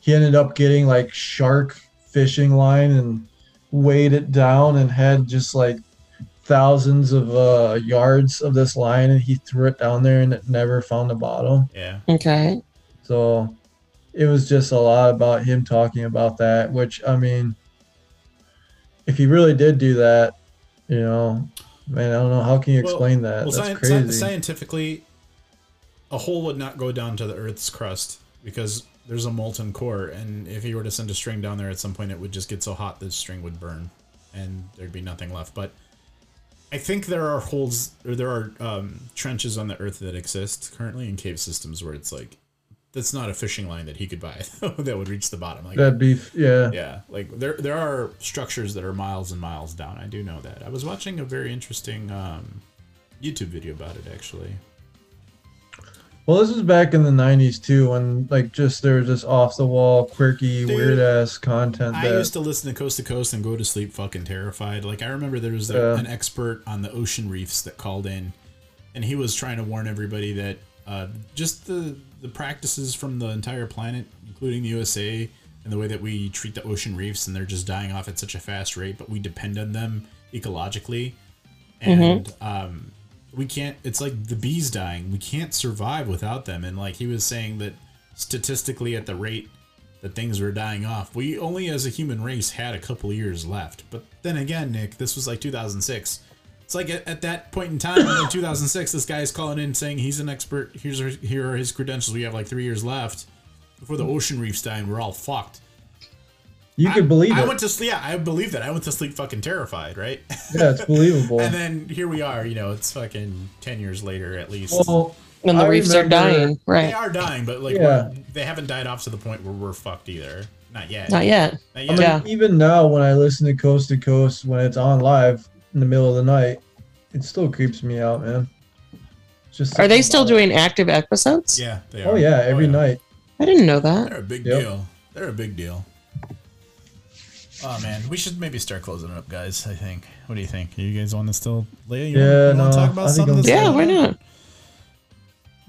Speaker 3: he ended up getting like shark fishing line and weighed it down and had just like thousands of uh, yards of this line and he threw it down there and it never found the bottom
Speaker 2: Yeah.
Speaker 4: Okay.
Speaker 3: so it was just a lot about him talking about that which i mean if he really did do that you know man i don't know how can you
Speaker 2: Well-
Speaker 3: explain that
Speaker 2: Well,
Speaker 3: that's
Speaker 2: sci-
Speaker 3: crazy
Speaker 2: sci- scientifically, a hole would not go down to the Earth's crust because there's a molten core, and if you were to send a string down there at some point, it would just get so hot the string would burn, and there'd be nothing left. But I think there are holes or there are um, trenches on the Earth that exist currently in cave systems where it's like that's not a fishing line that he could buy that would reach the bottom. Like
Speaker 3: that'd be yeah
Speaker 2: yeah like there there are structures that are miles and miles down i do know that i was watching a very interesting um youtube video about it actually
Speaker 3: well this was back in the 90s too when like just there was just off the wall quirky
Speaker 2: Dude,
Speaker 3: weird ass content
Speaker 2: i
Speaker 3: that
Speaker 2: used to listen to coast to coast and go to sleep fucking terrified like i remember there was a,
Speaker 3: Yeah.
Speaker 2: an expert on the ocean reefs that called in and he was trying to warn everybody that uh, just the the practices from the entire planet including the usa and the way that we treat the ocean reefs and they're just dying off at such a fast rate but we depend on them ecologically and
Speaker 3: Mm-hmm.
Speaker 2: um, we can't it's like the bees dying we can't survive without them and like he was saying that statistically at the rate that things were dying off we only as a human race had a couple years left but then again nick this was like 2006 it's like at, at that point in time in 2006 this guy is calling in saying he's an expert here's our, here are his credentials we have like three years left before the ocean reefs die and we're all fucked
Speaker 3: you could believe
Speaker 2: i
Speaker 3: it
Speaker 2: went to sleep yeah i believe that i went to sleep fucking terrified right
Speaker 3: yeah it's believable
Speaker 2: and then here we are, you know, it's fucking 10 years later at least.
Speaker 3: Well,
Speaker 4: When the
Speaker 3: I
Speaker 4: reefs are
Speaker 3: remember-
Speaker 4: dying,
Speaker 2: they
Speaker 4: right?
Speaker 2: are dying, but like,
Speaker 3: Yeah.
Speaker 2: we're- they haven't died off to the point where we're fucked either. Not yet.
Speaker 4: Not yet.
Speaker 2: Not
Speaker 3: I
Speaker 2: yet.
Speaker 3: mean,
Speaker 4: Yeah.
Speaker 3: even now when I listen to Coast to Coast when it's on live in the middle of the night, it still creeps me out, man. It's Just
Speaker 4: Are they
Speaker 3: thinking
Speaker 4: still
Speaker 3: about it.
Speaker 4: doing active episodes?
Speaker 2: Yeah, they are.
Speaker 3: Oh yeah, every
Speaker 2: yeah.
Speaker 3: night.
Speaker 4: I didn't know that.
Speaker 2: They're a big
Speaker 3: Yep.
Speaker 2: deal. They're a big deal. Oh man, we should maybe start closing it up, guys. I think. What do you think? You guys want to still, Leah? You
Speaker 3: Yeah,
Speaker 2: want, you want
Speaker 3: no,
Speaker 2: to talk about
Speaker 3: I think
Speaker 2: something?
Speaker 3: I'm-
Speaker 2: that's
Speaker 4: Yeah,
Speaker 2: going
Speaker 4: why
Speaker 2: on?
Speaker 4: not?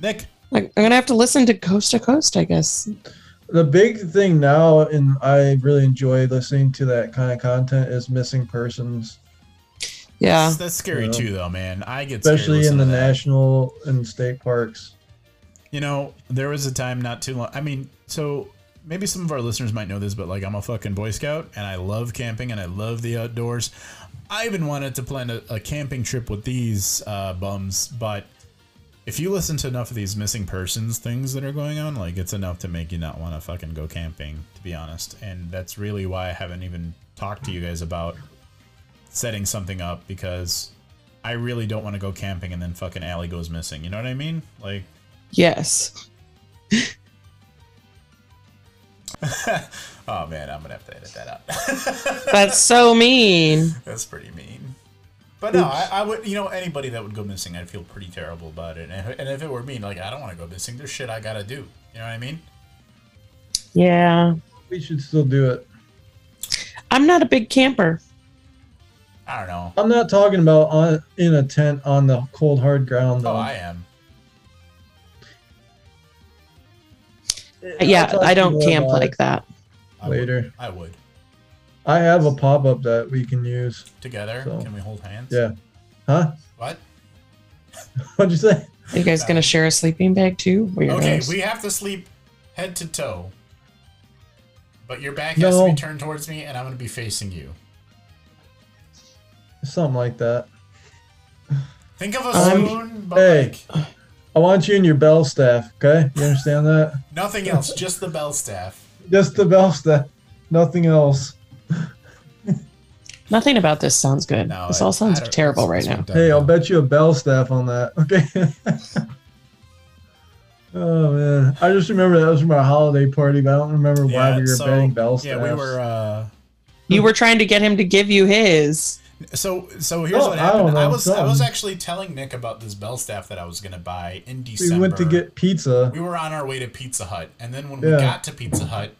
Speaker 2: Nick,
Speaker 4: Like I'm gonna have to listen to Coast to Coast, I guess.
Speaker 3: The big thing now, and I really enjoy listening to that kind of content, is missing persons,
Speaker 4: Yeah.
Speaker 2: that's scary
Speaker 3: Yeah.
Speaker 2: too, though, man. I get scared
Speaker 3: especially in
Speaker 2: listening
Speaker 3: the
Speaker 2: to that.
Speaker 3: national and state parks.
Speaker 2: You know, there was a time not too long. I mean, so maybe some of our listeners might know this, but like I'm a fucking Boy Scout and I love camping and I love the outdoors. I even wanted to plan a, a camping trip with these uh, bums, but if you listen to enough of these missing persons things that are going on, like it's enough to make you not want to fucking go camping, to be honest. And that's really why I haven't even talked to you guys about setting something up because I really don't want to go camping and then fucking Allie goes missing. You know what I mean? Like,
Speaker 4: Yes.
Speaker 2: oh man, I'm gonna have to edit that out.
Speaker 4: That's so mean.
Speaker 2: That's pretty mean. But no, I, I would. You know, anybody that would go missing, I'd feel pretty terrible about it. And, if- and if it were me, like I don't want to go missing. There's shit I gotta do. You know what I mean?
Speaker 4: Yeah.
Speaker 3: We should still do it.
Speaker 4: I'm not a big camper.
Speaker 2: I don't know.
Speaker 3: I'm not talking about on in a tent on the cold hard ground though.
Speaker 2: Oh, I am.
Speaker 3: I'll
Speaker 4: yeah,
Speaker 3: talk to
Speaker 4: I
Speaker 3: you
Speaker 4: don't
Speaker 3: more
Speaker 4: camp
Speaker 3: about
Speaker 4: like that.
Speaker 2: I
Speaker 3: it Later,
Speaker 2: Would, I would.
Speaker 3: I have a pop up that we can use.
Speaker 2: Together,
Speaker 3: So-
Speaker 2: can we hold hands?
Speaker 3: Yeah. Huh?
Speaker 2: What?
Speaker 3: What'd you say?
Speaker 4: Are you guys gonna share a sleeping bag too? Weirdos.
Speaker 2: Okay, we have to sleep head to toe. But your back has
Speaker 3: No.
Speaker 2: to be turned towards me, and I'm going to be facing you.
Speaker 3: Something like that.
Speaker 2: Think of a
Speaker 4: Um,
Speaker 2: spoon, but
Speaker 3: hey.
Speaker 2: like
Speaker 3: I want you in your bell staff. Okay, you understand that?
Speaker 2: nothing else, just the bell staff.
Speaker 3: Just the bell staff, nothing else.
Speaker 4: Nothing about this sounds good.
Speaker 2: No,
Speaker 4: this
Speaker 2: I-
Speaker 4: all sounds
Speaker 2: I don't-
Speaker 4: terrible
Speaker 2: this-
Speaker 4: right
Speaker 2: this
Speaker 4: now.
Speaker 2: one doesn't
Speaker 3: Hey, I'll
Speaker 2: help.
Speaker 3: bet you a bell staff on that. Okay. oh man, I just remember that was from our holiday party, but I don't remember why we were
Speaker 2: so-
Speaker 3: betting bell staffs.
Speaker 2: Yeah, we were. Uh,
Speaker 4: You were trying to get him to give you his.
Speaker 2: so so here's
Speaker 3: Oh,
Speaker 2: what
Speaker 3: I don't
Speaker 2: happened. I,
Speaker 3: know,
Speaker 2: was I was
Speaker 3: something.
Speaker 2: actually telling Nick about this bell staff that I was gonna buy in
Speaker 3: We
Speaker 2: December.
Speaker 3: went to get pizza.
Speaker 2: We were on our way to Pizza Hut, and then when we
Speaker 3: Yeah.
Speaker 2: got to Pizza Hut,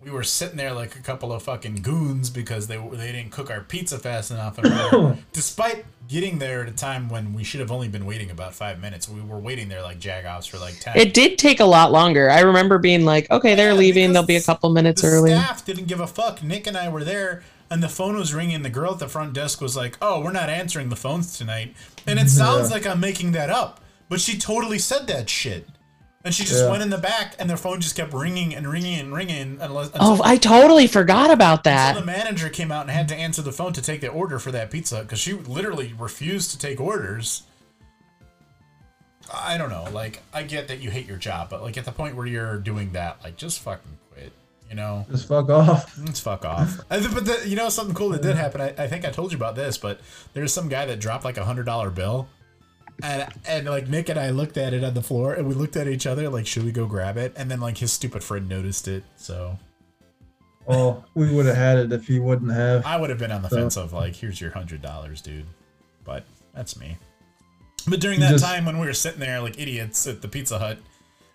Speaker 2: we were sitting there like a couple of fucking goons because they they didn't cook our pizza fast enough. And we were- despite getting there at a time when we should have only been waiting about five minutes, we were waiting there like jagoffs for like ten.
Speaker 4: It did take a lot longer. I remember being like, okay, they're
Speaker 2: Yeah,
Speaker 4: leaving.
Speaker 2: because
Speaker 4: They'll be a couple minutes
Speaker 2: the
Speaker 4: early.
Speaker 2: staff didn't give a fuck. Nick and I were there, and the phone was ringing. The girl at the front desk was like, "Oh, we're not answering the phones tonight," and it sounds like I'm making that up, but she totally said that shit. And she just
Speaker 3: Yeah.
Speaker 2: went in the back, and their phone just kept ringing and ringing and ringing unless until,
Speaker 4: Oh, I totally forgot about
Speaker 2: until the
Speaker 4: that.
Speaker 2: manager came out and had to answer the phone to take the order for that pizza because she literally refused to take orders. I don't know. Like, I get that you hate your job, but like at the point where you're doing that, like, just fucking quit. You know.
Speaker 3: Just fuck off.
Speaker 2: Let's fuck off. I th- but the, you know something cool that did happen. I, I think I told you about this, but there's some guy that dropped like a hundred dollar bill, and and like Nick and I looked at it on the floor, and we looked at each other like, should we go grab it? And then like his stupid friend noticed it, so
Speaker 3: Oh, we would have had it if he wouldn't have.
Speaker 2: I would have been on the fence of like, here's your hundred dollars, dude. But that's me. But during that
Speaker 3: Just-
Speaker 2: time when we were sitting there like idiots at the Pizza Hut,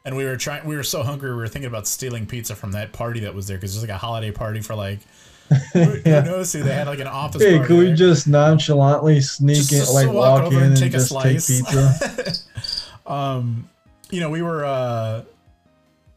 Speaker 2: and we were trying, we were so hungry, we were thinking about stealing pizza from that party that was there because it was like a holiday party for like. who, who knows who they had like an office
Speaker 3: Hey,
Speaker 2: party
Speaker 3: could we
Speaker 2: there.
Speaker 3: just nonchalantly sneak
Speaker 2: Just-
Speaker 3: in,
Speaker 2: just
Speaker 3: like
Speaker 2: walk
Speaker 3: walk
Speaker 2: over
Speaker 3: in
Speaker 2: and
Speaker 3: and
Speaker 2: take a
Speaker 3: just take
Speaker 2: slice.
Speaker 3: pizza?
Speaker 2: um you know we were uh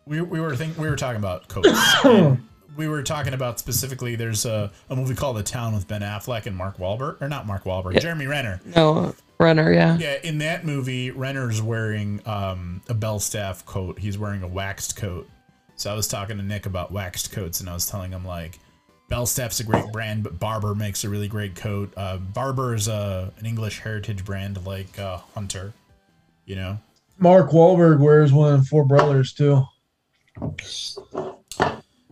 Speaker 2: we, we were think we were talking about coats And we were talking about specifically there's a, a movie called The Town with Ben Affleck and Mark Wahlberg or not Mark Wahlberg Jeremy Renner
Speaker 4: No, runner, yeah.
Speaker 2: yeah in that movie Renner's wearing um a bell staff coat he's wearing a waxed coat so I was talking to Nick about waxed coats and I was telling him like Bellstaff's a great brand, but Barber makes a really great coat. Uh, Barber is a, an English heritage brand like uh, Hunter, you know?
Speaker 3: Mark Wahlberg wears one in Four Brothers too.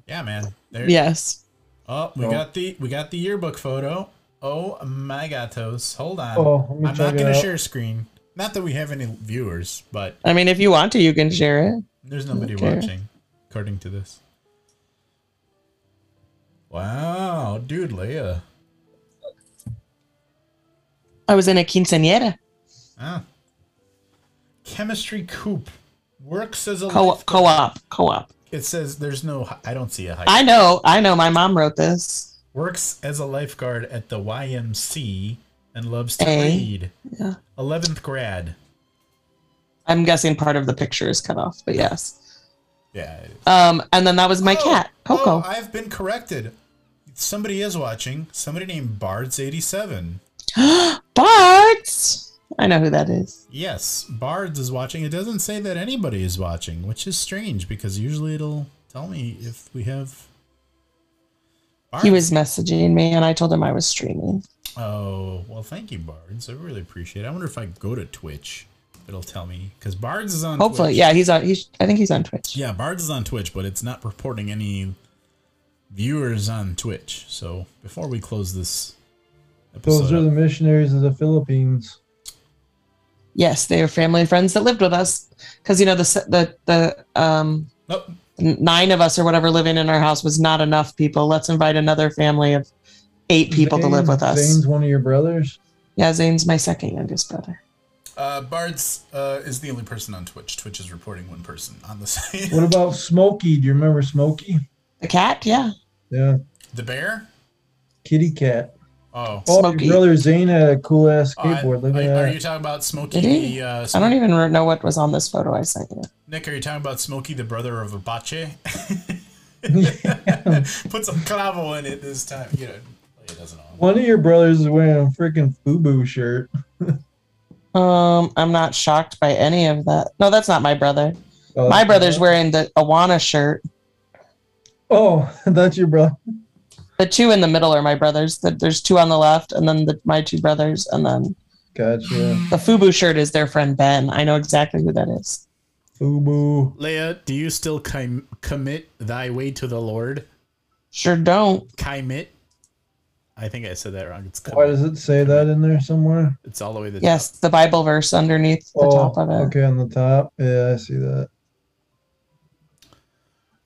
Speaker 2: Yeah, man. There,
Speaker 4: Yes.
Speaker 2: Oh, we
Speaker 3: Oh.
Speaker 2: got the we got the yearbook photo. Oh my gatos. Hold on.
Speaker 3: Oh, let me
Speaker 2: I'm
Speaker 3: check
Speaker 2: not
Speaker 3: it
Speaker 2: gonna
Speaker 3: out.
Speaker 2: share screen. Not that we have any viewers, but
Speaker 4: I mean, if you want to, you can share it.
Speaker 2: there's nobody
Speaker 4: Okay.
Speaker 2: watching, according to this. Wow, dude, Leia.
Speaker 4: I was in a quinceañera.
Speaker 2: Ah. Chemistry coop works as a
Speaker 4: Co-
Speaker 2: lifeguard.
Speaker 4: co-op, co-op.
Speaker 2: It says there's no. hi- I don't see a height.
Speaker 4: I know, I know. My mom wrote this.
Speaker 2: Works as a lifeguard at the YMC and loves to
Speaker 4: A.
Speaker 2: read.
Speaker 4: Yeah.
Speaker 2: Eleventh grad.
Speaker 4: I'm guessing part of the picture is cut off, but yes.
Speaker 2: Yeah. it is.
Speaker 4: Um, and then that was my
Speaker 2: Oh,
Speaker 4: cat, Coco.
Speaker 2: Oh, I've been corrected. Somebody is watching. Somebody named Bards87.
Speaker 4: Bards. I know who that is.
Speaker 2: Yes, Bards is watching. It doesn't say that anybody is watching, which is strange because usually it'll tell me if we have. Bards.
Speaker 4: He was messaging me, and I told him I was streaming.
Speaker 2: Oh, well, thank you, Bards. I really appreciate it. I wonder if I go to Twitch, it'll tell me. Because Bards is on
Speaker 4: Hopefully,
Speaker 2: Twitch.
Speaker 4: yeah, he's on. He's. I think he's on Twitch.
Speaker 2: Yeah, Bards is on Twitch, but it's not reporting any viewers on Twitch. So before we close this episode,
Speaker 3: Those are the missionaries of the Philippines.
Speaker 4: Yes, they are family and friends that lived with us, because you know the s- the the um
Speaker 2: Nope.
Speaker 4: n- nine of us or whatever living in our house was not enough people. Let's invite another family of eight people to live
Speaker 3: Zane-
Speaker 4: with us.
Speaker 3: Zane's one of your brothers.
Speaker 4: Yeah, Zane's my second youngest brother.
Speaker 2: Uh, Bards uh, is the only person on Twitch. Twitch is reporting one person on the site.
Speaker 3: What about Smokey? Do you remember Smokey?
Speaker 4: The cat, yeah.
Speaker 3: Yeah,
Speaker 2: the bear?
Speaker 3: kitty cat.
Speaker 2: Oh.
Speaker 3: Oh,
Speaker 4: Smokey.
Speaker 3: your brother Zane had a cool ass
Speaker 2: Oh, I-
Speaker 3: skateboard. Look at
Speaker 2: are, are
Speaker 3: that.
Speaker 2: you talking about Smokey?
Speaker 4: Did he?
Speaker 2: the, Uh,
Speaker 4: I don't even re- know what was on this photo I sent you.
Speaker 2: Nick, are you talking about Smokey, the brother of Abache? Put some clavo in it this time. You know, it doesn't. All.
Speaker 3: One of your brothers is wearing a freaking FUBU shirt.
Speaker 4: Um, I'm not shocked by any of that. No, that's not my brother.
Speaker 3: Oh,
Speaker 4: My
Speaker 3: that's-
Speaker 4: brother's wearing the Awana shirt.
Speaker 3: Oh, that's your brother.
Speaker 4: The two in the middle are my brothers. The, there's two on the left, and then the, my two brothers, and then
Speaker 3: Gotcha.
Speaker 4: the Fubu shirt is their friend Ben. I know exactly who that is.
Speaker 3: FUBU.
Speaker 2: Leia, do you still com- commit thy way to the Lord?
Speaker 4: Sure don't.
Speaker 2: Commit. I think I said that wrong. It's
Speaker 3: Why
Speaker 2: commit.
Speaker 3: does it say that in there somewhere?
Speaker 2: it's all the way to the
Speaker 4: Yes, the Bible verse underneath the
Speaker 3: oh,
Speaker 4: top of it.
Speaker 3: okay, on the top. Yeah, I see that.
Speaker 2: top.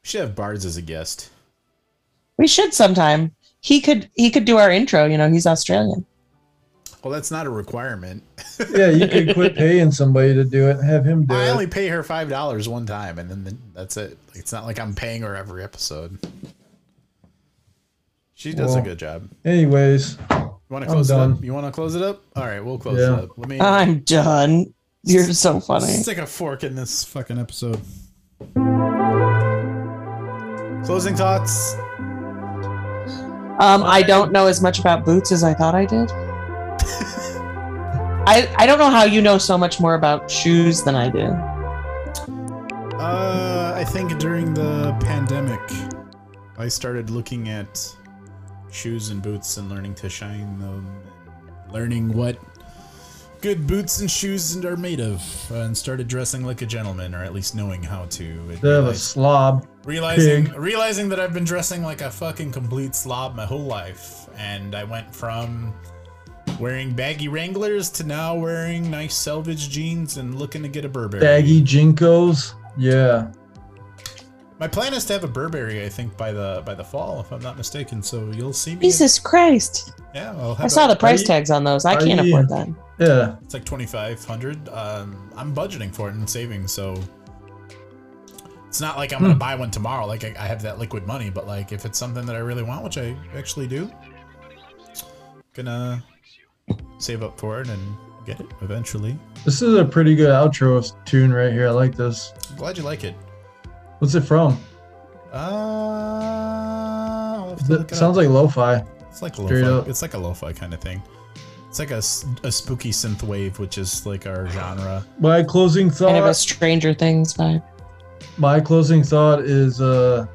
Speaker 2: Should have Bards as a guest.
Speaker 4: We should sometime. He could he could do our intro. You know, he's Australian.
Speaker 2: Well, that's not a requirement.
Speaker 3: Yeah, you could quit paying somebody to do it. Have him do
Speaker 2: I
Speaker 3: it.
Speaker 2: only pay her five dollars one time, and then the, that's it. Like, It's not like I'm paying her every episode. She does a
Speaker 3: Well,
Speaker 2: good job.
Speaker 3: Anyways,
Speaker 2: You want to
Speaker 3: I'm
Speaker 2: close it up?
Speaker 3: done.
Speaker 2: You want to close it up? All right, we'll close
Speaker 3: Yeah.
Speaker 2: it up. Let me
Speaker 4: I'm done. You're so funny.
Speaker 2: stick a fork in this fucking episode. Closing thoughts.
Speaker 4: Um, I don't know as much about boots as I thought I did. I I don't know how you know so much more about shoes than I do.
Speaker 2: Uh, I think during the pandemic, I started looking at shoes and boots and learning to shine them, and learning what good boots and shoes are made of, and started dressing like a gentleman, or at least knowing how to. and
Speaker 3: they have a
Speaker 2: realized-
Speaker 3: slob.
Speaker 2: realizing
Speaker 3: Pig.
Speaker 2: realizing that I've been dressing like a fucking complete slob my whole life, and I went from wearing baggy Wranglers to now wearing nice selvage jeans and looking to get a Burberry.
Speaker 3: Baggy Jinkos. Yeah.
Speaker 2: My plan is to have a Burberry, I think, by the by the fall, if I'm not mistaken. So you'll see me.
Speaker 4: Jesus Christ!
Speaker 2: Yeah, I'll have
Speaker 4: I saw
Speaker 2: a-
Speaker 4: the price
Speaker 3: you-
Speaker 4: tags on those. I
Speaker 3: are
Speaker 4: can't
Speaker 3: you-
Speaker 4: afford that.
Speaker 3: Yeah.
Speaker 2: It's like twenty five hundred. Um, I'm budgeting for it and saving, so it's not like I'm
Speaker 3: Hmm.
Speaker 2: gonna buy one tomorrow. Like I, I have that liquid money, but like if it's something that I really want, which I actually do, gonna save up for it and get it eventually.
Speaker 3: This is a pretty good outro tune right here. I like this.
Speaker 2: I'm glad you like it.
Speaker 3: What's it from?
Speaker 2: Uh, I'll have to look
Speaker 3: It
Speaker 2: it up.
Speaker 3: sounds like lo-fi.
Speaker 2: It's like
Speaker 3: Straight
Speaker 2: lo-fi.
Speaker 3: up.
Speaker 2: It's like a lo-fi kind of thing. It's like a, s- a spooky synth wave, which is like our genre.
Speaker 3: My closing
Speaker 4: Kind of a
Speaker 3: thought.
Speaker 4: Stranger Things vibe.
Speaker 3: My closing thought is uh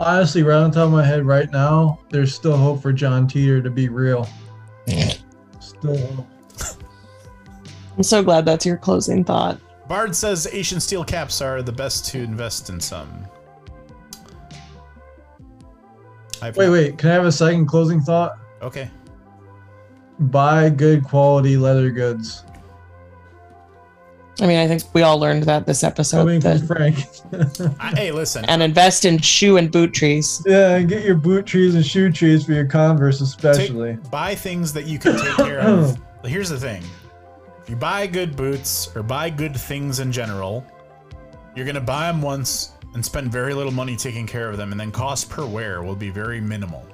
Speaker 3: honestly right on top of my head right now, there's still hope for John Teeter to be real. Still hope.
Speaker 4: I'm so glad that's your closing thought.
Speaker 2: Bard says Asian steel caps are the best to invest in some. I've
Speaker 3: Wait, wait, can I have a second closing thought?
Speaker 2: Okay.
Speaker 3: Buy good quality leather goods.
Speaker 4: I mean, I think we all learned that this episode.
Speaker 3: Coming
Speaker 4: that-
Speaker 3: from Frank.
Speaker 2: I, hey, listen.
Speaker 4: and invest in shoe and boot trees.
Speaker 3: yeah, and get your boot trees and shoe trees for your Converse
Speaker 2: Take,
Speaker 3: especially.
Speaker 2: buy things that you can take care of. Here's the thing: if you buy good boots or buy good things in general, you're gonna buy them once and spend very little money taking care of them, and then cost per wear will be very minimal.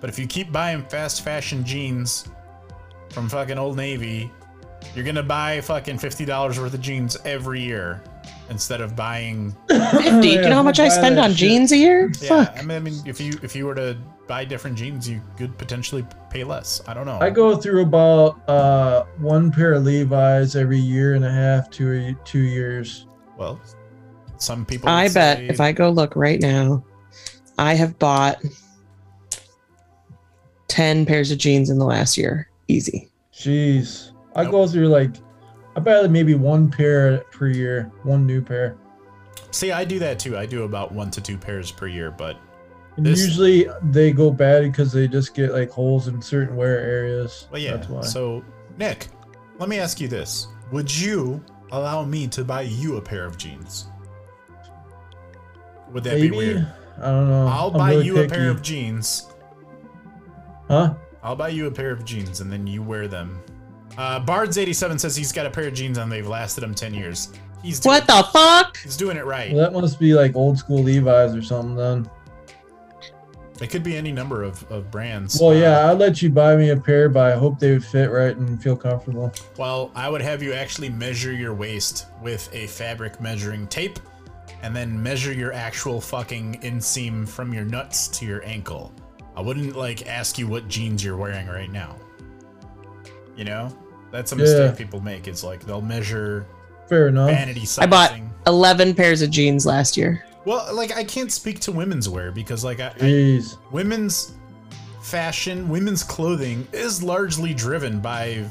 Speaker 2: But if you keep buying fast fashion jeans from fucking Old Navy, you're gonna buy fucking fifty dollars worth of jeans every year instead of buying
Speaker 4: Fifty.
Speaker 3: yeah,
Speaker 4: you know how much I
Speaker 3: buy
Speaker 4: spend
Speaker 3: that
Speaker 4: on
Speaker 3: shit.
Speaker 4: jeans a year?
Speaker 2: Yeah,
Speaker 4: Fuck.
Speaker 2: I mean, I mean, if you if you were to buy different jeans, you could potentially pay less. I don't know.
Speaker 3: I go through about uh, one pair of Levi's every year and a half to two years.
Speaker 2: Well, some people.
Speaker 4: I
Speaker 2: would
Speaker 4: bet
Speaker 2: say-
Speaker 4: if I go look right now, I have bought 10 pairs of jeans in the last year. Easy.
Speaker 3: Jeez, I go through like I bet maybe one pair per year, one new pair.
Speaker 2: see, I do that too. I do about one to two pairs per year, but
Speaker 3: And
Speaker 2: This-
Speaker 3: usually they go bad because they just get like holes in certain wear areas.
Speaker 2: well, yeah.
Speaker 3: That's why.
Speaker 2: So, Nick, let me ask you this: Would you allow me to buy you a pair of jeans? Would that be
Speaker 3: maybe
Speaker 2: weird?
Speaker 3: I don't know.
Speaker 2: I'll
Speaker 3: I'm
Speaker 2: buy
Speaker 3: really
Speaker 2: you a
Speaker 3: picky.
Speaker 2: pair of jeans.
Speaker 3: huh?
Speaker 2: I'll buy you a pair of jeans, and then you wear them. Uh, Bards87 says he's got a pair of jeans on. They've lasted him ten years. He's doing,
Speaker 4: What the fuck?
Speaker 2: He's doing it right.
Speaker 3: Well, that must be like old school Levi's or something then.
Speaker 2: It could be any number of, of brands.
Speaker 3: Well,
Speaker 2: Uh,
Speaker 3: yeah, I'd let you buy me a pair, but I hope they would fit right and feel comfortable.
Speaker 2: Well, I would have you actually measure your waist with a fabric measuring tape and then measure your actual fucking inseam from your nuts to your ankle. I wouldn't like ask you what jeans you're wearing right now. You know? That's a mistake
Speaker 3: Yeah.
Speaker 2: people make. It's like they'll measure
Speaker 3: Fair enough.
Speaker 2: vanity
Speaker 4: I
Speaker 2: sizing.
Speaker 4: bought 11 pairs of jeans last year.
Speaker 2: well, like I can't speak to women's wear because like I, I
Speaker 3: Jeez.
Speaker 2: women's fashion, women's clothing is largely driven by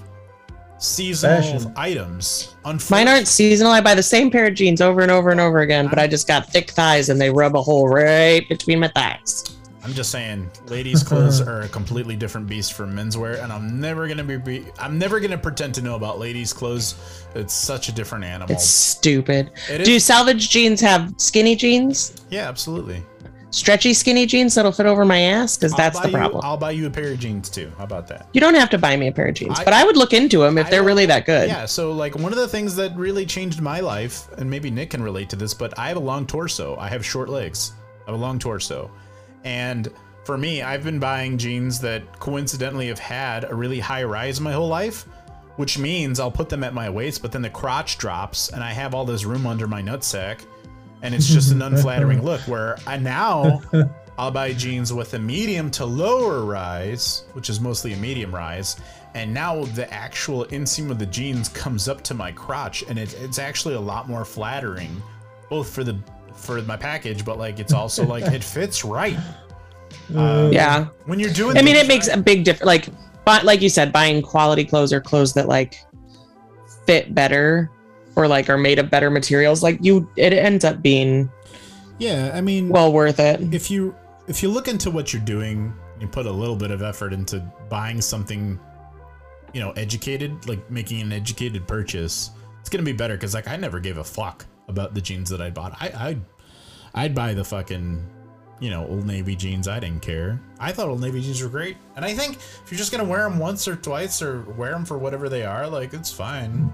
Speaker 2: seasonal
Speaker 3: Fashion.
Speaker 2: items.
Speaker 4: Mine
Speaker 2: Unfortunately,
Speaker 4: aren't seasonal. I buy the same pair of jeans over and over and over again, but I just got thick thighs and they rub a hole right between my thighs.
Speaker 2: I'm just saying, ladies' clothes are a completely different beast from menswear, and I'm never gonna be, be I'm never gonna pretend to know about ladies' clothes. It's such a different animal.
Speaker 4: It's stupid.
Speaker 2: It
Speaker 4: Do
Speaker 2: is-
Speaker 4: salvage jeans have skinny jeans?
Speaker 2: yeah, absolutely.
Speaker 4: Stretchy skinny jeans that'll fit over my ass? Because
Speaker 2: I'll
Speaker 4: that's
Speaker 2: buy
Speaker 4: the
Speaker 2: you-
Speaker 4: problem.
Speaker 2: I'll buy you a pair of jeans too. How about that?
Speaker 4: You don't have to buy me a pair of jeans,
Speaker 2: I-
Speaker 4: but I would look into them if
Speaker 2: I
Speaker 4: they're
Speaker 2: will-
Speaker 4: really that good.
Speaker 2: Yeah, so like one of the things that really changed my life, and maybe Nick can relate to this, but I have a long torso. I have short legs. I have a long torso. And for me, I've been buying jeans that coincidentally have had a really high rise my whole life, which means I'll put them at my waist, but then the crotch drops and I have all this room under my nutsack. And it's just an unflattering look where I now I'll buy jeans with a medium to lower rise, which is mostly a medium rise, and now the actual inseam of the jeans comes up to my crotch, and it, it's actually a lot more flattering, both for the for my package, but like it's also like it fits right Um,
Speaker 3: Uh,
Speaker 4: Yeah.
Speaker 2: when you're doing.
Speaker 4: I mean,
Speaker 2: things
Speaker 4: it makes
Speaker 2: right-
Speaker 4: a big difference. Like, but like you said, buying quality clothes or clothes that like fit better or like are made of better materials, like you, it ends up being
Speaker 2: yeah. I mean,
Speaker 4: well worth it.
Speaker 2: if you if you look into what you're doing, you put a little bit of effort into buying something, you know, educated, like making an educated purchase. It's gonna be better because like I never gave a fuck about the jeans that I bought. I I I'd buy the fucking you know old navy jeans. I didn't care. I thought old navy jeans were great, and I think if you're just gonna wear them once or twice or wear them for whatever they are, like it's fine.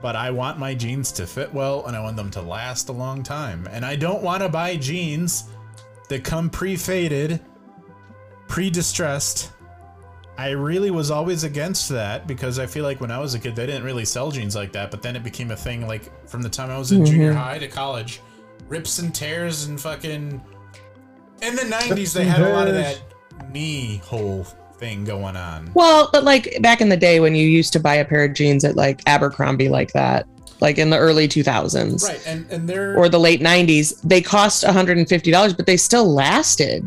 Speaker 2: But I want my jeans to fit well, and I want them to last a long time. And I don't want to buy jeans that come pre-faded, pre-distressed. I really was always against that because I feel like when I was a kid, they didn't really sell jeans like that. But then it became a thing, like from the time I was in junior high to college, rips and tears and fucking. In the '90s, they
Speaker 3: and
Speaker 2: had a lot of
Speaker 3: tears.
Speaker 2: that knee hole thing going on.
Speaker 4: Well, but like back in the day when you used to buy a pair of jeans at like Abercrombie like that, like in the early 2000s
Speaker 2: Right, and and they're
Speaker 4: or the late 90s, they cost $150, but they still lasted.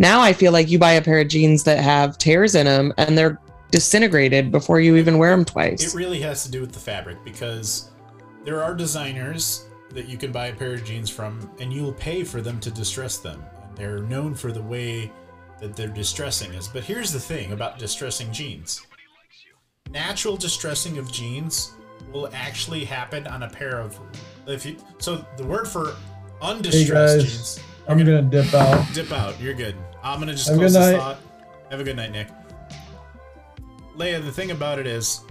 Speaker 4: Now I feel like you buy a pair of jeans that have tears in them and they're disintegrated before you even wear them
Speaker 2: It
Speaker 4: twice.
Speaker 2: really has to do with the fabric because there are designers that you can buy a pair of jeans from and you'll pay for them to distress them. And they're known for the way that their distressing is. But here's the thing about distressing jeans natural distressing of jeans will actually happen on a pair of. If you, so the word for undistressed
Speaker 3: guys,
Speaker 2: jeans.
Speaker 3: I'm gonna dip out.
Speaker 2: Dip out. You're good. I'm gonna just
Speaker 3: Have a
Speaker 2: close
Speaker 3: good
Speaker 2: this
Speaker 3: night.
Speaker 2: thought. Have a good night, Nick. Leia, the thing about it is,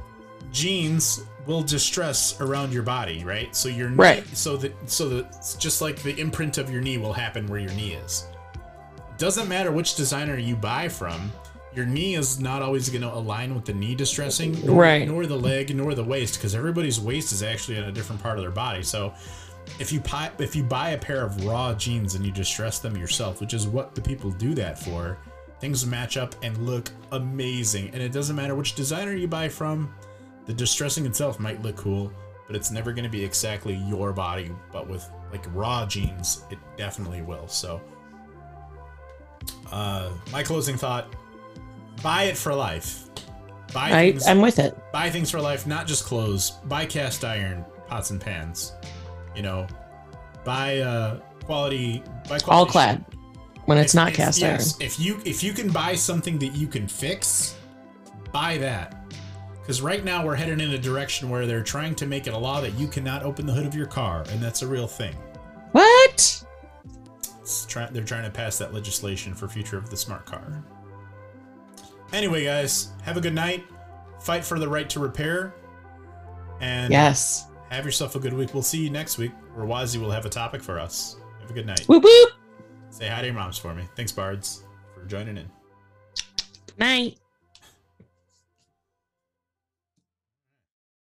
Speaker 2: jeans will distress around your body, right? So your knee,
Speaker 4: Right.
Speaker 2: so that so that it's just like the imprint of your knee will happen where your knee is. Doesn't matter which designer you buy from, your knee is not always going to align with the knee distressing, nor,
Speaker 4: Right.
Speaker 2: Nor the leg, nor the waist, because everybody's waist is actually in a different part of their body. So if you buy, if you buy a pair of raw jeans and you distress them yourself, which is what the people do that for, things match up and look amazing. And it doesn't matter which designer you buy from, the distressing itself might look cool, but it's never going to be exactly your body. But with like raw jeans, it definitely will. So uh, my closing thought: buy it for life. Buy
Speaker 4: I,
Speaker 2: things,
Speaker 4: I'm with it.
Speaker 2: buy things for life, not just clothes. Buy cast iron pots and pans. You know, buy uh, quality. Buy quality
Speaker 4: All
Speaker 2: shit.
Speaker 4: clad when it's
Speaker 2: If-
Speaker 4: not
Speaker 2: if-
Speaker 4: cast iron.
Speaker 2: yes, If you if you can buy something that you can fix, buy that. Because right now we're headed in a direction where they're trying to make it a law that you cannot open the hood of your car, and that's a real thing.
Speaker 4: What?
Speaker 2: It's try- they're trying to pass that legislation for future of the smart car. Anyway, guys, have a good night. Fight for the right to repair. And
Speaker 4: Yes.
Speaker 2: have yourself a good week. We'll see you next week where Wazi will have a topic for us. Have a good night.
Speaker 4: Whoop whoop.
Speaker 2: Say hi to your moms for me. Thanks, Bards, for joining in.
Speaker 4: Night.